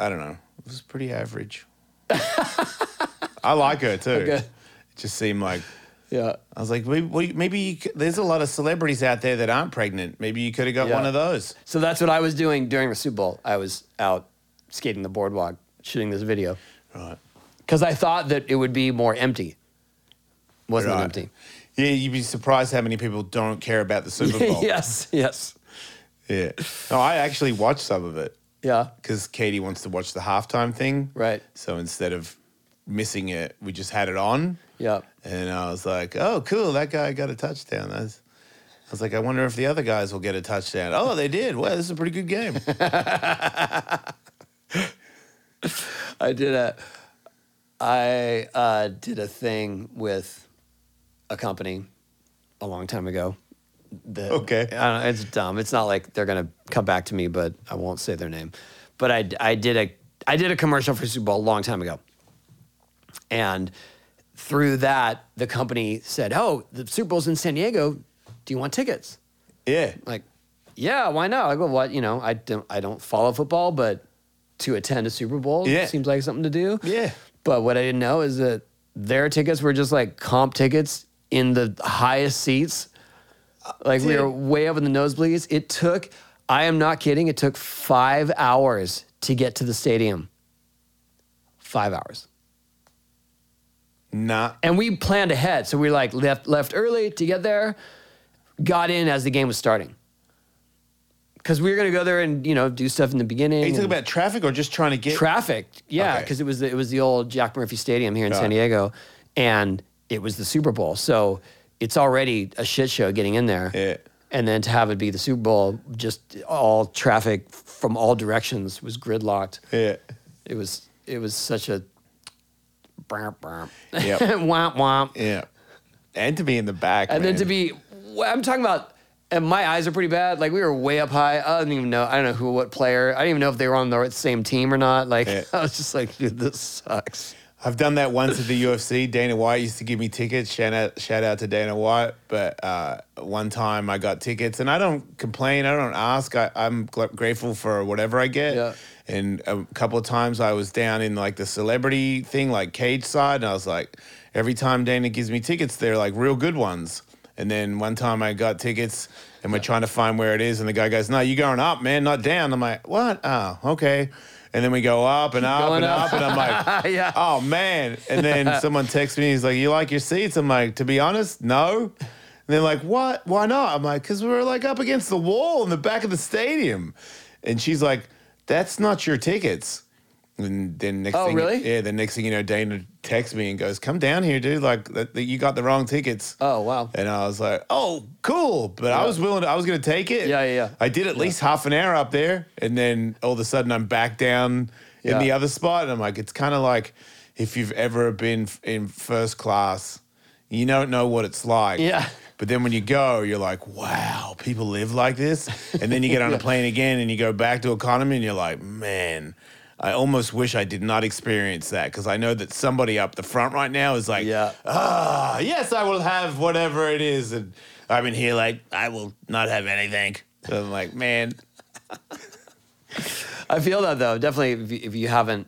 Speaker 2: I don't know, it was pretty average. I like her too.
Speaker 1: Okay.
Speaker 2: It just seemed like
Speaker 1: Yeah.
Speaker 2: I was like, maybe, we- maybe you c there's a lot of celebrities out there that aren't pregnant. Maybe you could have got
Speaker 1: Yeah.
Speaker 2: one of those.
Speaker 1: So that's what I was doing during the Super Bowl. I was out skating the boardwalk, shooting this video
Speaker 2: Right.
Speaker 1: because I thought that it would be more empty. Wasn't
Speaker 2: Right.
Speaker 1: empty.
Speaker 2: Yeah, you'd be surprised how many people don't care about the Super Bowl.
Speaker 1: yes. Yes.
Speaker 2: Yeah. No, I actually watched some of it
Speaker 1: Yeah.
Speaker 2: because Katie wants to watch the halftime thing.
Speaker 1: Right.
Speaker 2: So instead of missing it, we just had it on.
Speaker 1: Yeah.
Speaker 2: And I was like, oh, cool, that guy got a touchdown. That's, I was like, I wonder if the other guys will get a touchdown. Oh, they did. Well, this is a pretty good game.
Speaker 1: I did a I uh, did a thing with a company a long time ago. that-
Speaker 2: Okay.
Speaker 1: I don't know, it's dumb. It's not like they're gonna come back to me, but I won't say their name. But I I did a I did a commercial for Super Bowl a long time ago, and through that the company said, "Oh, the Super Bowl's in San Diego. Do you want tickets?"
Speaker 2: yeah.
Speaker 1: like, yeah, why not? I go, what? You know, I don't, I don't follow football, but to attend a Super Bowl
Speaker 2: Yeah.
Speaker 1: seems like something to do.
Speaker 2: Yeah.
Speaker 1: But what I didn't know is that their tickets were just like comp tickets in the highest seats. Like we
Speaker 2: dude.
Speaker 1: were way up in the nosebleeds. It took, I am not kidding, it took five hours to get to the stadium. Five hours.
Speaker 2: Nah.
Speaker 1: And we planned ahead. So we like left left early to get there, got in as the game was starting. Cause we were gonna go there and, you know, do stuff in the beginning.
Speaker 2: Are you talking
Speaker 1: and
Speaker 2: about traffic or just trying to get?
Speaker 1: traffic. Yeah,
Speaker 2: Okay.
Speaker 1: because it was the, it was the old Jack Murphy Stadium here in
Speaker 2: Got
Speaker 1: San
Speaker 2: it.
Speaker 1: Diego and it was the Super Bowl. So it's already a shit show getting in there.
Speaker 2: Yeah.
Speaker 1: And then to have it be the Super Bowl, just all traffic from all directions was gridlocked.
Speaker 2: yeah.
Speaker 1: It was it was such a
Speaker 2: Yep.
Speaker 1: womp womp.
Speaker 2: Yeah. And to be in the back.
Speaker 1: And then
Speaker 2: man.
Speaker 1: to be, wh- I'm talking about, and my eyes are pretty bad. Like we were way up high. I didn't even know. I don't know who, what player. I didn't even know if they were on the same team or not. Like
Speaker 2: Yeah.
Speaker 1: I was just like, dude, this sucks.
Speaker 2: I've done that once at the UFC. Dana White used to give me tickets. Shout out, shout out to Dana White. But uh, one time I got tickets, and I don't complain. I don't ask. I, I'm gl- grateful for whatever I get.
Speaker 1: Yeah.
Speaker 2: And a couple of times I was down in like the celebrity thing, like cage side, and I was like, every time Dana gives me tickets, they're like real good ones. And then one time I got tickets, and we're trying to find where it is, and the guy goes, "No, you're going up, man, not down." I'm like, "What? Oh, okay." And then we go up and up
Speaker 1: going
Speaker 2: and
Speaker 1: up.
Speaker 2: up, and I'm like,
Speaker 1: yeah.
Speaker 2: oh man. And then someone texts me, he's like, You like your seats? I'm like, To be honest, no. And they're like, What? Why not? I'm like, Because we were like up against the wall in the back of the stadium. And she's like, That's not your tickets. And then next
Speaker 1: Oh,
Speaker 2: thing,
Speaker 1: really?
Speaker 2: yeah, the next thing you know, Dana texts me and goes, "Come down here, dude. Like, that, that you got the wrong tickets."
Speaker 1: Oh, wow.
Speaker 2: And I was like, "Oh, cool," but I was willing. To, I was going to take it.
Speaker 1: Yeah, yeah, yeah.
Speaker 2: I did at least half an hour up there, and then all of a sudden I'm back down
Speaker 1: Yeah.
Speaker 2: in the other spot, and I'm like, it's kind of like if you've ever been f- in first class, you don't know what it's like.
Speaker 1: Yeah.
Speaker 2: But then when you go, you're like, wow, people live like this. And then you get on a plane again and you go back to economy and you're like, man, I almost wish I did not experience that because I know that somebody up the front right now is like,
Speaker 1: Yeah.
Speaker 2: ah, yes, I will have whatever it is. And I'm in here like, I will not have anything. So I'm like, man,
Speaker 1: I feel that though. Definitely, if you, if you haven't,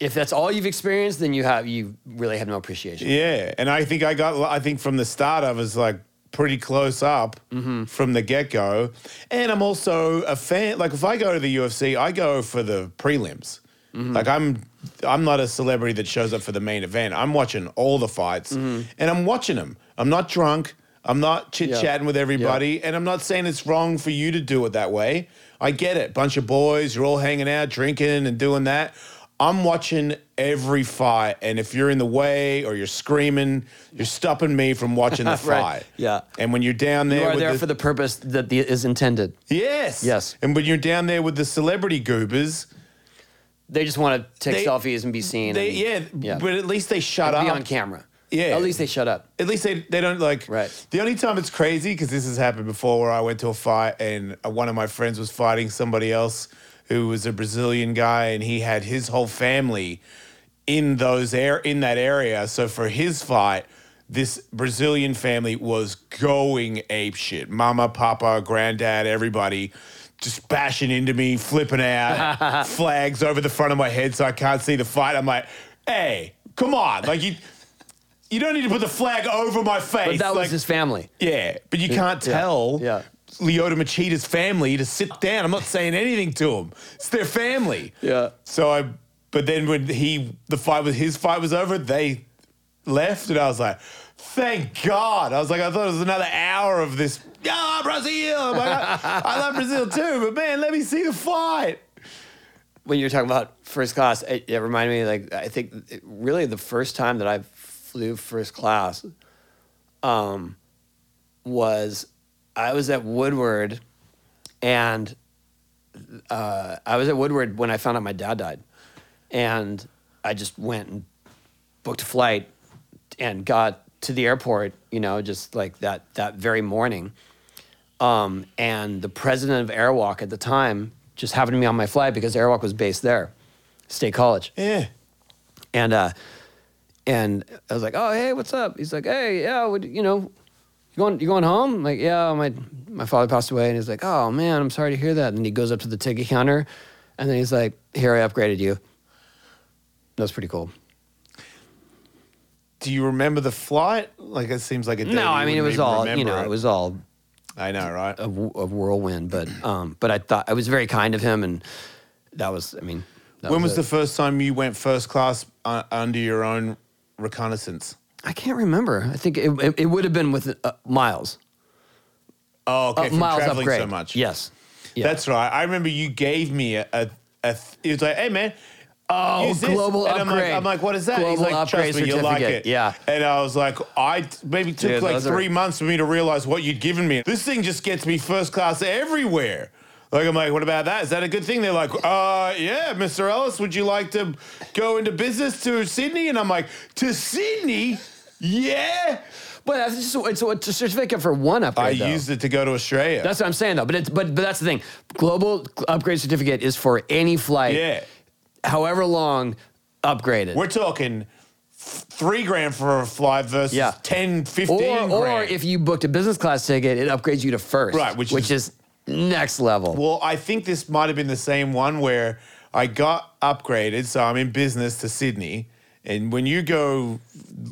Speaker 1: if that's all you've experienced, then you have you really have no appreciation.
Speaker 2: Yeah, and I think I got. I think from the start, I was like pretty close up from the get go, and I'm also a fan. Like if I go to the UFC, I go for the prelims. Like I'm, I'm not a Mm-hmm. celebrity that shows up for the main event. I'm watching all the fights, and I'm watching them. I'm not drunk. I'm not chit chatting with everybody, and I'm not saying it's wrong for you to do it that way. I get it. Bunch of boys, you're all hanging out, drinking, and doing that. I'm watching every fight, and if you're in the way or you're screaming, you're stopping me from watching the fight.
Speaker 1: Yeah.
Speaker 2: And when you're down there,
Speaker 1: You are
Speaker 2: with
Speaker 1: there
Speaker 2: the-
Speaker 1: for the purpose that the, is intended.
Speaker 2: yes,
Speaker 1: Yes.
Speaker 2: and when you're down there with the celebrity goobers,
Speaker 1: They just want to take
Speaker 2: They-
Speaker 1: selfies and be seen.
Speaker 2: they
Speaker 1: and-
Speaker 2: yeah, but at least they shut
Speaker 1: be
Speaker 2: up.
Speaker 1: on camera.
Speaker 2: Yeah.
Speaker 1: At least they shut up.
Speaker 2: at least they, they don't like
Speaker 1: Right.
Speaker 2: the only time it's crazy because this has happened before where i went to a fight and uh, one of my friends was fighting somebody else who was a brazilian guy and he had his whole family in those air in that area so for his fight this brazilian family was going ape shit mama papa granddad everybody just bashing into me flipping out flags over the front of my head so i can't see the fight i'm like hey come on like you you don't need to put the flag over my face.
Speaker 1: But that
Speaker 2: like,
Speaker 1: was his family.
Speaker 2: yeah, but you can't
Speaker 1: yeah,
Speaker 2: tell
Speaker 1: yeah.
Speaker 2: Leota Machida's family to sit down. I'm not saying anything to them. It's their family.
Speaker 1: Yeah.
Speaker 2: So I, but then when he, the fight was his fight was over, they left, and I was like, thank God. I was like, I thought it was another hour of this. Ah, Brazil! Oh my God. I love Brazil too, but man, let me see the fight.
Speaker 1: When you're talking about first class, it, it reminded me like I think it- really the first time that I flew first class um, was I was at Woodward, and uh, I was at Woodward when I found out my dad died, and I just went and booked a flight and got to the airport, you know, just like that that very morning. Um, and the president of Airwalk at the time just happened to be on my flight because Airwalk was based there, State College.
Speaker 2: Yeah.
Speaker 1: And uh, and I was like, "Oh, hey, what's up?" He's like, "Hey, yeah, would, you know, you going you going home?" I'm like, "Yeah, my my father passed away." And he's like, "Oh man, I'm sorry to hear that." And he goes up to the ticket counter, and then he's like, "Here, I upgraded you." That's pretty cool.
Speaker 2: Do you remember the flight? Like it seems like a day
Speaker 1: No,
Speaker 2: you
Speaker 1: I mean it
Speaker 2: wouldn't
Speaker 1: was
Speaker 2: even
Speaker 1: all you
Speaker 2: remember
Speaker 1: know, it was all
Speaker 2: I know, right?
Speaker 1: a, wh- a whirlwind, but um, but I thought I was very kind of him, and that was, I mean, that
Speaker 2: when was
Speaker 1: it.
Speaker 2: the first time you went first class uh, under your own reconnaissance?
Speaker 1: I can't remember. I think it it, it would have been with uh, Miles.
Speaker 2: Oh,
Speaker 1: Uh,
Speaker 2: okay, from
Speaker 1: Miles
Speaker 2: traveling
Speaker 1: upgrade.
Speaker 2: so much.
Speaker 1: Yes. Yeah.
Speaker 2: that's right. I remember you gave me a. a, a th- it was like, hey man.
Speaker 1: Oh,
Speaker 2: use this."
Speaker 1: global
Speaker 2: and I'm like-
Speaker 1: upgrade.
Speaker 2: I'm like, what is that? He's
Speaker 1: Global
Speaker 2: like,
Speaker 1: upgrade
Speaker 2: trust me, you like
Speaker 1: certificate."
Speaker 2: it.
Speaker 1: Yeah.
Speaker 2: And I was like, I t- maybe took
Speaker 1: Dude,
Speaker 2: like
Speaker 1: those are-
Speaker 2: three months for me to realize what you'd given me. This thing just gets me first class everywhere. Like, I'm like, what about that? Is that a good thing? They're like, uh, yeah, Mr. Ellis, would you like to go into business to Sydney? And I'm like, to Sydney? Yeah.
Speaker 1: but that's just it's a certificate for one upgrade.
Speaker 2: I
Speaker 1: though.
Speaker 2: used it to go to Australia.
Speaker 1: That's what I'm saying though. But it's but but that's the thing. Global upgrade certificate is for any flight,
Speaker 2: yeah.
Speaker 1: however long upgraded.
Speaker 2: We're talking f- three grand for a flight versus
Speaker 1: Yeah.
Speaker 2: ten, fifteen 10, 15
Speaker 1: or,
Speaker 2: grand.
Speaker 1: or if you booked a business class ticket, it upgrades you to first,
Speaker 2: Right, which
Speaker 1: is,
Speaker 2: is-
Speaker 1: next level.
Speaker 2: well, I think this might have been the same one where I got upgraded, so I'm in business to Sydney. And when you go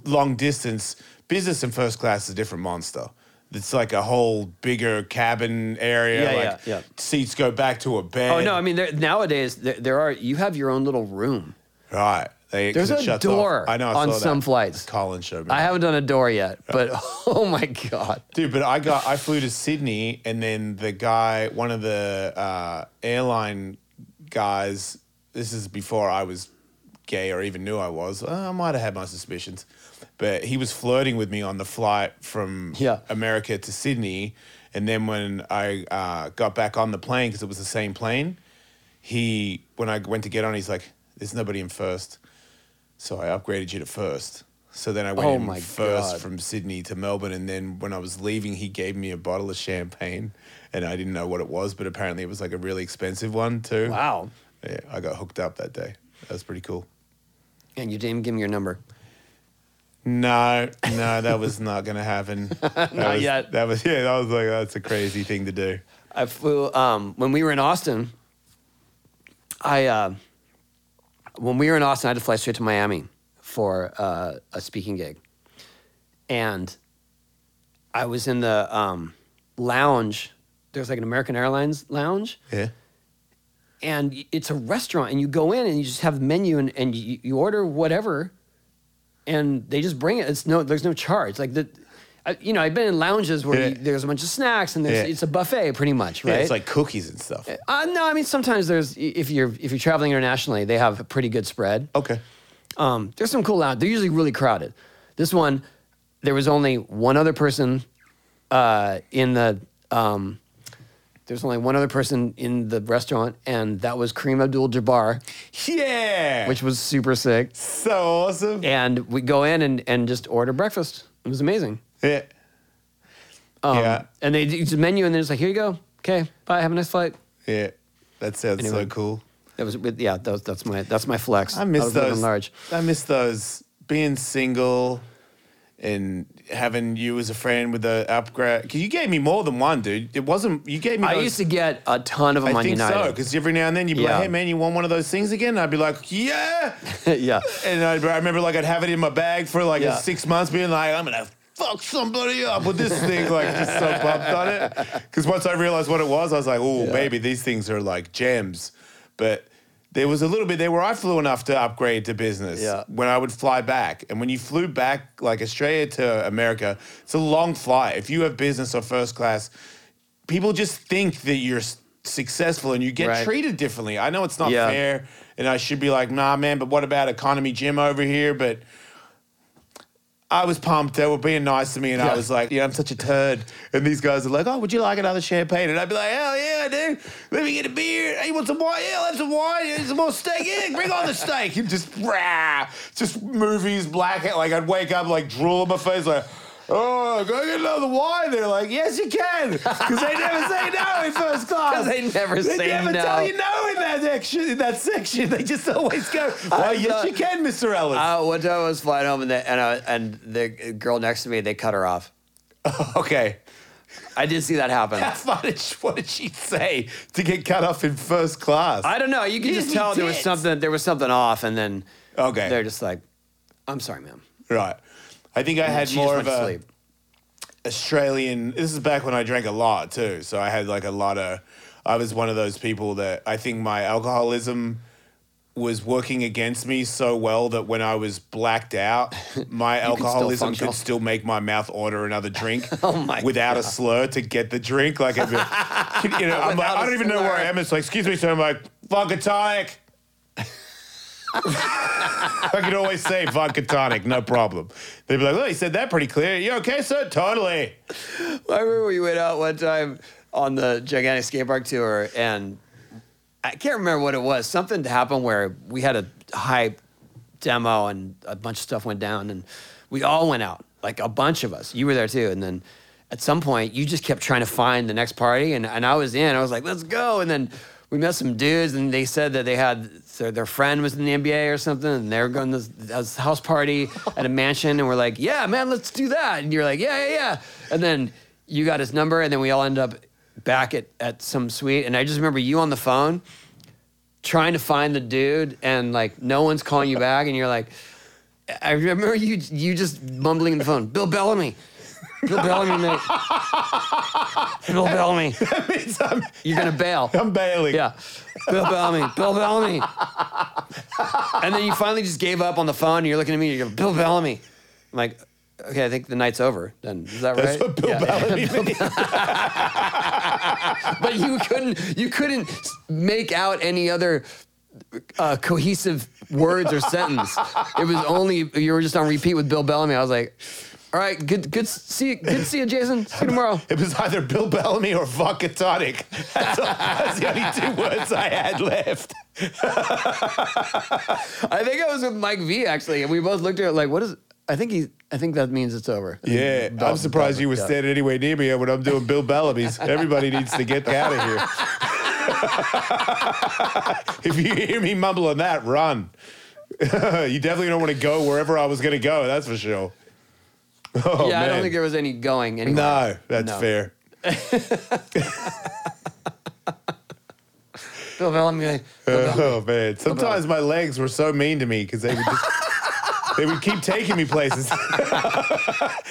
Speaker 2: long distance, business and first class is a different monster. It's like a whole bigger cabin area.
Speaker 1: Yeah,
Speaker 2: like
Speaker 1: yeah, yeah.
Speaker 2: seats go back to a bed.
Speaker 1: oh no, I mean there, nowadays there, there are you have your own little room.
Speaker 2: right. They, 'cause
Speaker 1: There's
Speaker 2: it
Speaker 1: a
Speaker 2: shuts
Speaker 1: door
Speaker 2: off. I know, I
Speaker 1: on
Speaker 2: saw that.
Speaker 1: some flights.
Speaker 2: Colin showed me.
Speaker 1: I
Speaker 2: that.
Speaker 1: haven't done a door yet, but oh my god.
Speaker 2: Dude, but I got I flew to Sydney, and then the guy, one of the uh, airline guys. This is before I was gay or even knew I was. Uh, I might have had my suspicions, but he was flirting with me on the flight from
Speaker 1: Yeah.
Speaker 2: America to Sydney, and then when I uh, got back on the plane because it was the same plane, he when I went to get on, he's like, "There's nobody in first. So I upgraded you to first. So then I went
Speaker 1: Oh
Speaker 2: in
Speaker 1: my
Speaker 2: first
Speaker 1: God.
Speaker 2: from Sydney to Melbourne, and then when I was leaving, he gave me a bottle of champagne, and I didn't know what it was, but apparently it was like a really expensive one too.
Speaker 1: Wow.
Speaker 2: Yeah, I got hooked up that day. That was pretty cool.
Speaker 1: And you didn't give me your number.
Speaker 2: No, no, that was not gonna happen. That
Speaker 1: Not
Speaker 2: was-
Speaker 1: yet.
Speaker 2: That was yeah. That was like that's a crazy thing to do.
Speaker 1: I flew um, when we were in Austin. I uh, when we were in Austin, I had to fly straight to Miami for uh, a speaking gig, and I was in the um, lounge. There's like an American Airlines lounge,
Speaker 2: Yeah.
Speaker 1: and y- it's a restaurant and you go in and you just have the menu and, and you, you order whatever and they just bring it it's no there's no charge like the I, you know, I've been in lounges where
Speaker 2: Yeah.
Speaker 1: you, there's a bunch of snacks and there's,
Speaker 2: Yeah.
Speaker 1: it's a buffet pretty much, right?
Speaker 2: Yeah, it's like cookies and stuff.
Speaker 1: uh, no, I mean sometimes there's if you're if you're traveling internationally, they have a pretty good spread.
Speaker 2: Okay.
Speaker 1: Um, there's some cool lounge. They're usually really crowded. This one, there was only one other person uh, in the. Um, there's only one other person in the restaurant, and that was Kareem Abdul-Jabbar,
Speaker 2: Yeah.
Speaker 1: which was super sick.
Speaker 2: so awesome.
Speaker 1: And we go in and, and just order breakfast. It was amazing.
Speaker 2: Yeah.
Speaker 1: Um,
Speaker 2: Yeah.
Speaker 1: And they do the menu, and they're just like, "Here you go. Okay, bye. Have a nice flight."
Speaker 2: Yeah. That sounds
Speaker 1: Anyway.
Speaker 2: so cool.
Speaker 1: That was with- yeah. That was, that's my that's my flex.
Speaker 2: I miss
Speaker 1: was living
Speaker 2: those.
Speaker 1: Large.
Speaker 2: I miss those. Being single and having you as a friend with the upgrade. Cause you gave me more than one, dude. It wasn't. You gave me.
Speaker 1: I
Speaker 2: those-
Speaker 1: used to get a ton of them
Speaker 2: I
Speaker 1: on
Speaker 2: think so.
Speaker 1: United.
Speaker 2: Because every now and then you'd be
Speaker 1: Yeah.
Speaker 2: like, "Hey man, you want one of those things again?" And I'd be like, "Yeah."
Speaker 1: yeah.
Speaker 2: And I'd, I remember like I'd have it in my bag for like
Speaker 1: Yeah.
Speaker 2: six months, being like, I'm gonna fuck somebody up with this thing. Like just so pumped on it. Because once I realized what it was, I was like, oh, baby, these things are like gems. But there was a little bit there where I flew enough to upgrade to business
Speaker 1: Yeah.
Speaker 2: when I would fly back. And when you flew back like Australia to America, it's a long flight. If you have business or first class, people just think that you're s- successful and you get
Speaker 1: Right.
Speaker 2: treated differently. I know it's not
Speaker 1: Yeah.
Speaker 2: fair, and I should be like, nah, man. But what about economy gym over here? But I was pumped. They were being nice to me, and
Speaker 1: Yeah.
Speaker 2: I was like, yeah, I'm such a turd. And these guys are like, oh, would you like another champagne? And I'd be like, hell yeah, I do. Let me get a beer. Hey, you want some wine? Yeah, I'll have some wine. Yeah, some more steak. Yeah, bring on the steak. And just, rah, just movies, black hat. Like, I'd wake up, like, drool on my face, like, Oh, go get another wine. They're like, yes, you can. Because they never say no in first class.
Speaker 1: 'Cause they never
Speaker 2: they
Speaker 1: say
Speaker 2: never
Speaker 1: no.
Speaker 2: tell you no in that, section, in that section. They just always go, well, yes,
Speaker 1: not-
Speaker 2: you can, Mr. Ellis.
Speaker 1: Uh, one time I was flying home and the, and, I, and the girl next to me, they cut her off. Uh,
Speaker 2: okay.
Speaker 1: I did see that happen.
Speaker 2: How far did she, what did she say to get cut off in first class?
Speaker 1: I don't know. You can
Speaker 2: Give
Speaker 1: just
Speaker 2: me
Speaker 1: tell there was
Speaker 2: tits.
Speaker 1: something there was something off, and then
Speaker 2: Okay.
Speaker 1: they're just like, "I'm sorry, ma'am."
Speaker 2: right. I think I had
Speaker 1: Mm, She
Speaker 2: more
Speaker 1: just
Speaker 2: of
Speaker 1: went to
Speaker 2: a
Speaker 1: sleep.
Speaker 2: Australian. This is back when I drank a lot too, so I had like a lot of. I was one of those people that I think my alcoholism was working against me so well that when I was blacked out, my
Speaker 1: still
Speaker 2: alcoholism
Speaker 1: functional.
Speaker 2: could still make my mouth order another drink
Speaker 1: Oh my
Speaker 2: without a slur to get the drink. Like, I'd be like, you know, I'm like,
Speaker 1: Without
Speaker 2: I
Speaker 1: a
Speaker 2: don't even know where I
Speaker 1: slur.
Speaker 2: am. It's like, excuse me, sir. I'm like, vodka tonic. I could always say vodka tonic, no problem. They'd be like, oh, you said that pretty clear. You okay, sir? Totally.
Speaker 1: I remember we went out one time on the gigantic skate park tour, and I can't remember what it was. Something happened where we had a high demo, and a bunch of stuff went down, and we all went out, like a bunch of us. You were there too, and then at some point, you just kept trying to find the next party, and, and I was in. I was like, "Let's go!" And then we met some dudes, and they said that they had their, their friend was in the NBA or something, and they were going to this, this house party at a mansion, and we're like, "Yeah, man, let's do that!" And you're like, "Yeah, yeah, yeah," and then you got his number, and then we all end up back at, at some suite. And I just remember you on the phone trying to find the dude, and like no one's calling you back, and you're like, I remember you you just mumbling in the phone, Bill Bellamy. Bill Bellamy, mate. Bill Bellamy.
Speaker 2: That means I'm,
Speaker 1: You're gonna bail.
Speaker 2: um, I'm bailing.
Speaker 1: Yeah. Bill Bellamy. Bill Bellamy. And then you finally just gave up on the phone and you're looking at me and you're going, Bill Bellamy. I'm like, okay, I think the night's over. Then is that
Speaker 2: That's
Speaker 1: right?
Speaker 2: what Bill
Speaker 1: Yeah.
Speaker 2: Bellamy means.
Speaker 1: but you couldn't you couldn't s- make out any other uh, cohesive words or sentence. It was only you were just on repeat with Bill Bellamy. I was like, all right, good good s- see you, good to see you, Jason. See you tomorrow.
Speaker 2: It was either Bill Bellamy or vodka tonic. That's, all, that's the only two words I had left.
Speaker 1: I think I was with Mike V actually, and we both looked at it like, what is? I think he. I think that means it's over. I think
Speaker 2: Yeah,
Speaker 1: Bell-
Speaker 2: I'm surprised
Speaker 1: Bellamy,
Speaker 2: you were
Speaker 1: yeah.
Speaker 2: standing anywhere near me when I'm doing Bill Bellamy's. Everybody needs to get out of here. if you hear me mumbling that, run. you definitely don't want to go wherever I was going to go. That's for sure. Oh,
Speaker 1: yeah, I
Speaker 2: man.
Speaker 1: don't think there was any going anywhere.
Speaker 2: No, that's
Speaker 1: No.
Speaker 2: fair.
Speaker 1: Bill Bellamy. like,
Speaker 2: Oh man! Sometimes my legs were so mean to me because they would just they would keep taking me places.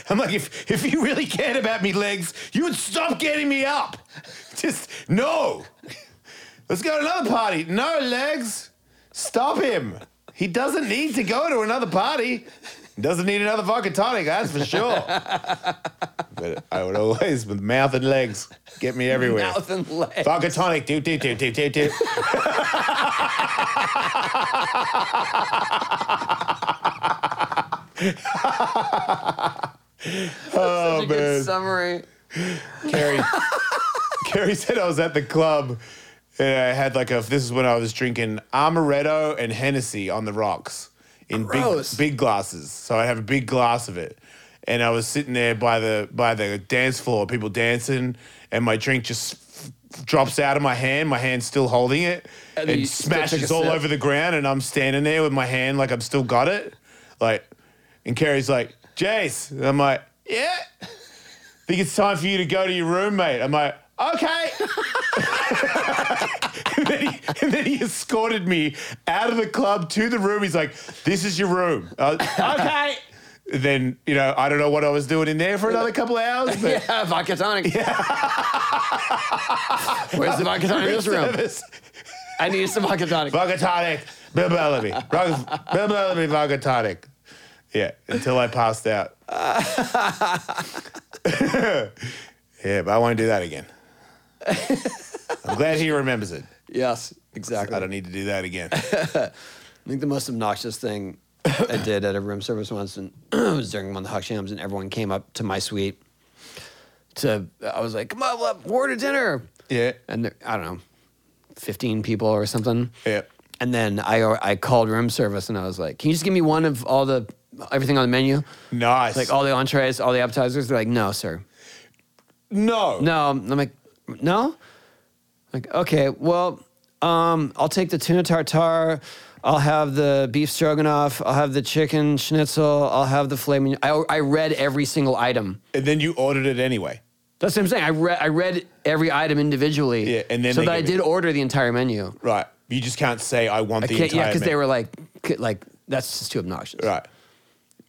Speaker 2: I'm like, if if you really cared about me legs, you would stop getting me up. Just no. Let's go to another party. No legs. Stop him. He doesn't need to go to another party. Doesn't need another vodka tonic, that's for sure. but I would always, with mouth and legs, get me everywhere.
Speaker 1: Mouth and leg.
Speaker 2: Vodka tonic, do, do, do, do, do, do.
Speaker 1: Such a
Speaker 2: man.
Speaker 1: good summary.
Speaker 2: Carrie, Carrie said I was at the club and I had like a, this is when I was drinking amaretto and Hennessy on the rocks in big,
Speaker 1: Gross.
Speaker 2: big glasses. So I have a big glass of it. And I was sitting there by the, by the dance floor, people dancing, and my drink just f- drops out of my hand. My hand's still holding it
Speaker 1: And
Speaker 2: and,
Speaker 1: you still took a
Speaker 2: smashes all
Speaker 1: sip.
Speaker 2: over the ground. And I'm standing there with my hand like I've still got it. Like, and Carrie's like, Jace. And I'm like, yeah think it's time for you to go to your roommate. I'm like, okay. and, then he, and then he escorted me out of the club to the room. He's like, this is your room. I was, okay. Then, you know, I don't know what I was doing in there for another couple of hours, but
Speaker 1: Yeah, vodka tonic. Where's the vodka tonic in this room?
Speaker 2: service.
Speaker 1: I need some vodka tonic.
Speaker 2: Vodka tonic, Bill Bellamy. Vodka- Bill Bellamy, vodka tonic. Yeah, until I passed out. yeah, but I won't do that again. I'm glad he remembers it.
Speaker 1: Yes, exactly.
Speaker 2: I don't need to do that again.
Speaker 1: I think the most obnoxious thing I did at a room service once, and it was during one of the Huck Shams, and everyone came up to my suite. To I was like, "Come on, up, order dinner,"
Speaker 2: Yeah.
Speaker 1: and there, I don't know, fifteen people or something.
Speaker 2: Yeah.
Speaker 1: And then I I called room service, and I was like, "Can you just give me one of all the everything on the menu,
Speaker 2: Nice.
Speaker 1: like oh, all the entrees, all the appetizers?" They're like, "No, sir."
Speaker 2: no.
Speaker 1: No, I'm like, no. Like, okay, well, um, I'll take the tuna tartare. I'll have the beef stroganoff. I'll have the chicken schnitzel. I'll have the filet mignon. I, I read every single item.
Speaker 2: And then you ordered it anyway.
Speaker 1: That's what I'm saying. I read I read every item individually.
Speaker 2: Yeah, and then
Speaker 1: so
Speaker 2: they
Speaker 1: that I
Speaker 2: give
Speaker 1: did
Speaker 2: it-
Speaker 1: order the entire menu.
Speaker 2: Right. You just can't say I want
Speaker 1: I
Speaker 2: the
Speaker 1: can't,
Speaker 2: entire
Speaker 1: yeah, because they
Speaker 2: menu."
Speaker 1: were like, c- like that's just too obnoxious.
Speaker 2: Right.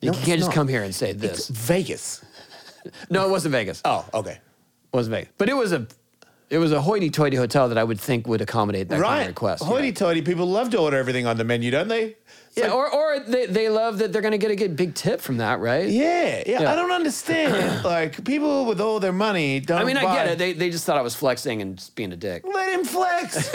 Speaker 1: You
Speaker 2: No,
Speaker 1: can't
Speaker 2: it's
Speaker 1: just
Speaker 2: not.
Speaker 1: come here and say
Speaker 2: It's
Speaker 1: this.
Speaker 2: Vegas.
Speaker 1: No, it wasn't Vegas.
Speaker 2: Oh, okay.
Speaker 1: It wasn't Vegas. But it was a, it was a hoity-toity hotel that I would think would accommodate that kind of
Speaker 2: Right.
Speaker 1: request. Yeah.
Speaker 2: Hoity toity people love to order everything on the menu, don't they? It's
Speaker 1: Yeah,
Speaker 2: like-
Speaker 1: or, or they, they love that they're going to get a good big tip from that, right?
Speaker 2: Yeah, yeah,
Speaker 1: Yeah.
Speaker 2: I don't understand. like people with all their money don't.
Speaker 1: I mean, I
Speaker 2: buy-
Speaker 1: get it. They, they just thought I was flexing and just being a dick.
Speaker 2: let him flex.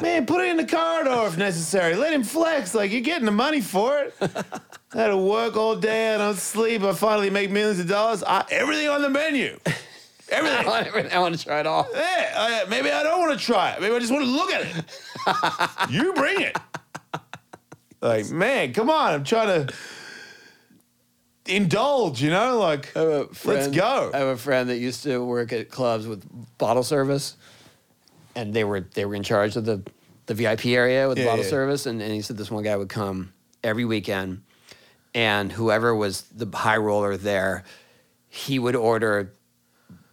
Speaker 2: Man, put it in the corridor if necessary. Let him flex. Like you're getting the money for it. I had to work all day. I don't sleep. I finally make millions of dollars. I, everything on the menu.
Speaker 1: I
Speaker 2: Everything.
Speaker 1: want, I want to try it all.
Speaker 2: Yeah, I- maybe I don't want to try it. Maybe I just want to look at it. you bring it. Like, man, come on. I'm trying to indulge, you know? Like,
Speaker 1: I have a friend,
Speaker 2: go.
Speaker 1: I have a friend that used to work at clubs with bottle service, and they were they were in charge of the, the VIP area with
Speaker 2: Yeah,
Speaker 1: bottle
Speaker 2: yeah.
Speaker 1: service, and, and he said this one guy would come every weekend, and whoever was the high roller there, he would order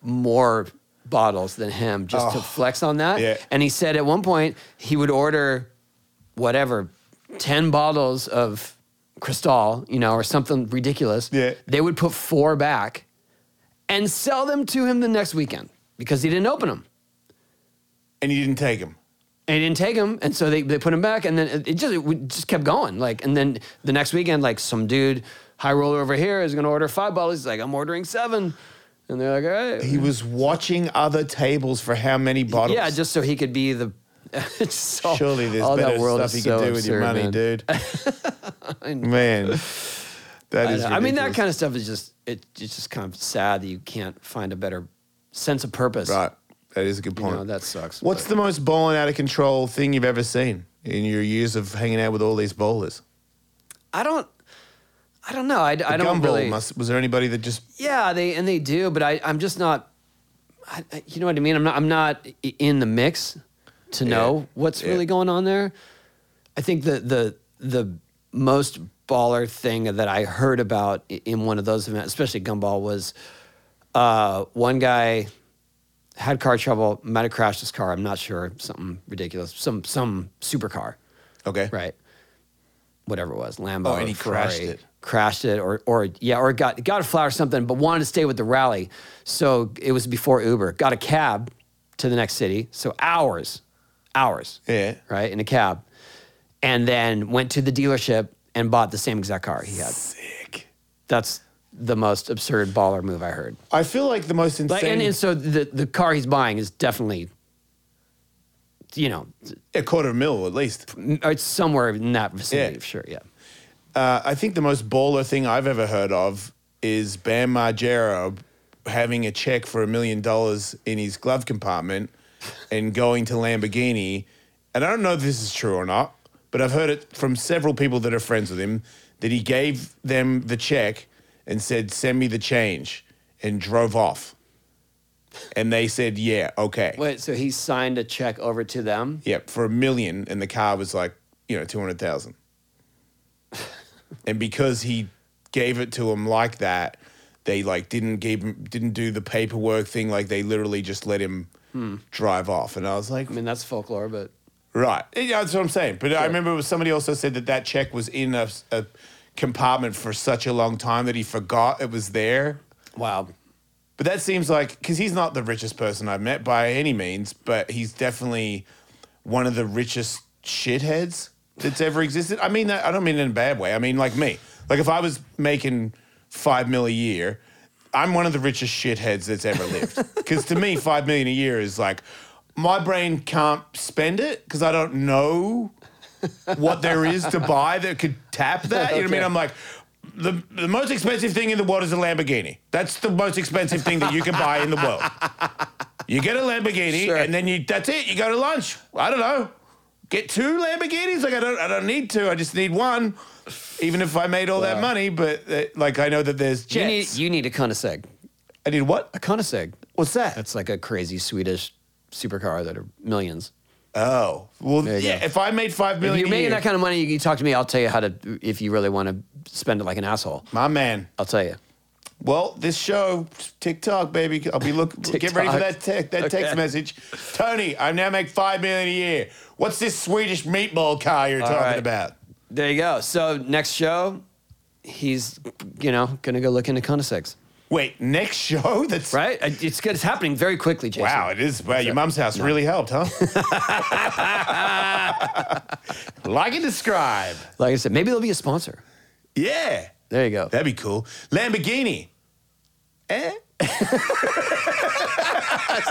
Speaker 1: more bottles than him just to
Speaker 2: Oh,
Speaker 1: flex on that.
Speaker 2: yeah.
Speaker 1: And he said at one point he would order whatever, 10 bottles of Cristal, you know, or something ridiculous.
Speaker 2: Yeah.
Speaker 1: They would put four back and sell them to him the next weekend because he didn't open them.
Speaker 2: and you didn't take them.
Speaker 1: And he didn't take them, and so they, they put them back, and then it- it just it would- just kept going. Like, and then the next weekend, like some dude high roller over here is gonna order five bottles. He's like, I'm ordering seven, and they're like, all right.
Speaker 2: He was watching other tables for how many bottles.
Speaker 1: Yeah, just so he could be the. it's so,
Speaker 2: surely there's
Speaker 1: all
Speaker 2: better
Speaker 1: that world
Speaker 2: stuff you
Speaker 1: is
Speaker 2: can
Speaker 1: so
Speaker 2: do with your
Speaker 1: absurd, man.
Speaker 2: money, dude.
Speaker 1: know.
Speaker 2: man, that
Speaker 1: I,
Speaker 2: is.
Speaker 1: know. I mean, that
Speaker 2: ridiculous.
Speaker 1: kind of stuff is just it, it's just kind of sad that you can't find a better sense of purpose.
Speaker 2: right. That is a good
Speaker 1: You
Speaker 2: point.
Speaker 1: know, that sucks.
Speaker 2: What's
Speaker 1: but-
Speaker 2: the most bowling out of control thing you've ever seen in your years of hanging out with all these bowlers?
Speaker 1: I don't. I don't know. I, I don't
Speaker 2: Gumball
Speaker 1: really.
Speaker 2: must. Was there anybody that just?
Speaker 1: Yeah, they and they do, but I I'm just not. I, I- you know what I mean? I'm not I'm not i- in the mix to know what's
Speaker 2: Yeah.
Speaker 1: really going on there. I think the the the most baller thing that I heard about i- in one of those events, especially gumball, was uh, one guy had car trouble, might have crashed his car. I'm not sure, something ridiculous, some some supercar
Speaker 2: Okay.
Speaker 1: right? Whatever it was, Lambo.
Speaker 2: Oh, and he
Speaker 1: or Ferrari,
Speaker 2: crashed it.
Speaker 1: Crashed it, or or yeah, or got got a flower or something, but wanted to stay with the rally. So it was before Uber. Got a cab to the next city. So hours, hours,
Speaker 2: Yeah.
Speaker 1: right in a cab, and then went to the dealership and bought the same exact car he had.
Speaker 2: Sick.
Speaker 1: That's the most absurd baller move I heard.
Speaker 2: I feel like the most insane.
Speaker 1: Like, and, and so the the car he's buying is definitely, you know,
Speaker 2: a quarter mil at least.
Speaker 1: it's somewhere in that vicinity.
Speaker 2: Yeah.
Speaker 1: Sure, yeah.
Speaker 2: Uh, I think the most baller thing I've ever heard of is Bam Margera having a check for a million dollars in his glove compartment and going to Lamborghini. And I don't know if this is true or not, but I've heard it from several people that are friends with him that he gave them the check and said, "Send me the change," and drove off. And they said, "Yeah, okay."
Speaker 1: Wait, so he signed a check over to them?
Speaker 2: Yep, for a million, and the car was like, you know, two hundred thousand. and because he gave it to him like that, they like didn't give him, didn't do the paperwork thing. Like they literally just let him drive off. And I was like,
Speaker 1: Hmm. I mean, that's folklore, but
Speaker 2: right, yeah, that's what I'm saying. But I remember somebody also said that that check was in a, a compartment for such a long time that he forgot it was there.
Speaker 1: wow.
Speaker 2: But that seems like because he's not the richest person I've met by any means, but he's definitely one of the richest shitheads that's ever existed. I mean that I don't mean in a bad way. I mean like me. Like if I was making five mil a year, I'm one of the richest shitheads that's ever lived. Because to me, five million a year is like my brain can't spend it because I don't know what there is to buy that could tap that. You know what I mean?
Speaker 1: Okay.
Speaker 2: I'm like, the, the most expensive thing in the world is a Lamborghini. That's the most expensive thing that you can buy in the world. You get a Lamborghini,
Speaker 1: Sure.
Speaker 2: and then you that's it. You go to lunch. I don't know. Get two Lamborghinis? Like I don't. I don't need two. I just need one. Even if I made all that
Speaker 1: Wow.
Speaker 2: money, but uh, like I know that there's
Speaker 1: You need,
Speaker 2: jets.
Speaker 1: you need a Koenigsegg.
Speaker 2: I need what?
Speaker 1: A Koenigsegg.
Speaker 2: What's that?
Speaker 1: That's like a crazy Swedish supercar that are millions.
Speaker 2: oh, well,
Speaker 1: There you
Speaker 2: yeah.
Speaker 1: go.
Speaker 2: If I made five
Speaker 1: If
Speaker 2: million,
Speaker 1: you're
Speaker 2: a
Speaker 1: making
Speaker 2: year,
Speaker 1: that kind of money, you can talk to me. I'll tell you how to, if you really want to spend it like an asshole.
Speaker 2: my man.
Speaker 1: I'll tell you.
Speaker 2: Well, this show, TikTok, baby. I'll be look. get ready for that tech, that text
Speaker 1: Okay.
Speaker 2: message. Tony, I now make five million a year. What's this Swedish meatball car you're talking
Speaker 1: right.
Speaker 2: about?
Speaker 1: There you go. So next show, he's, you know, going to go look into Koenigseggs.
Speaker 2: Wait, next show? That's
Speaker 1: Right? Uh, It's good. It's happening very quickly, Jason.
Speaker 2: Wow, it is. Wow, your mom's house really helped, huh? like and describe.
Speaker 1: Like I said, maybe there'll be a sponsor.
Speaker 2: Yeah,
Speaker 1: There you go.
Speaker 2: that'd be cool. Lamborghini. Eh?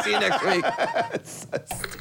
Speaker 1: See you next week.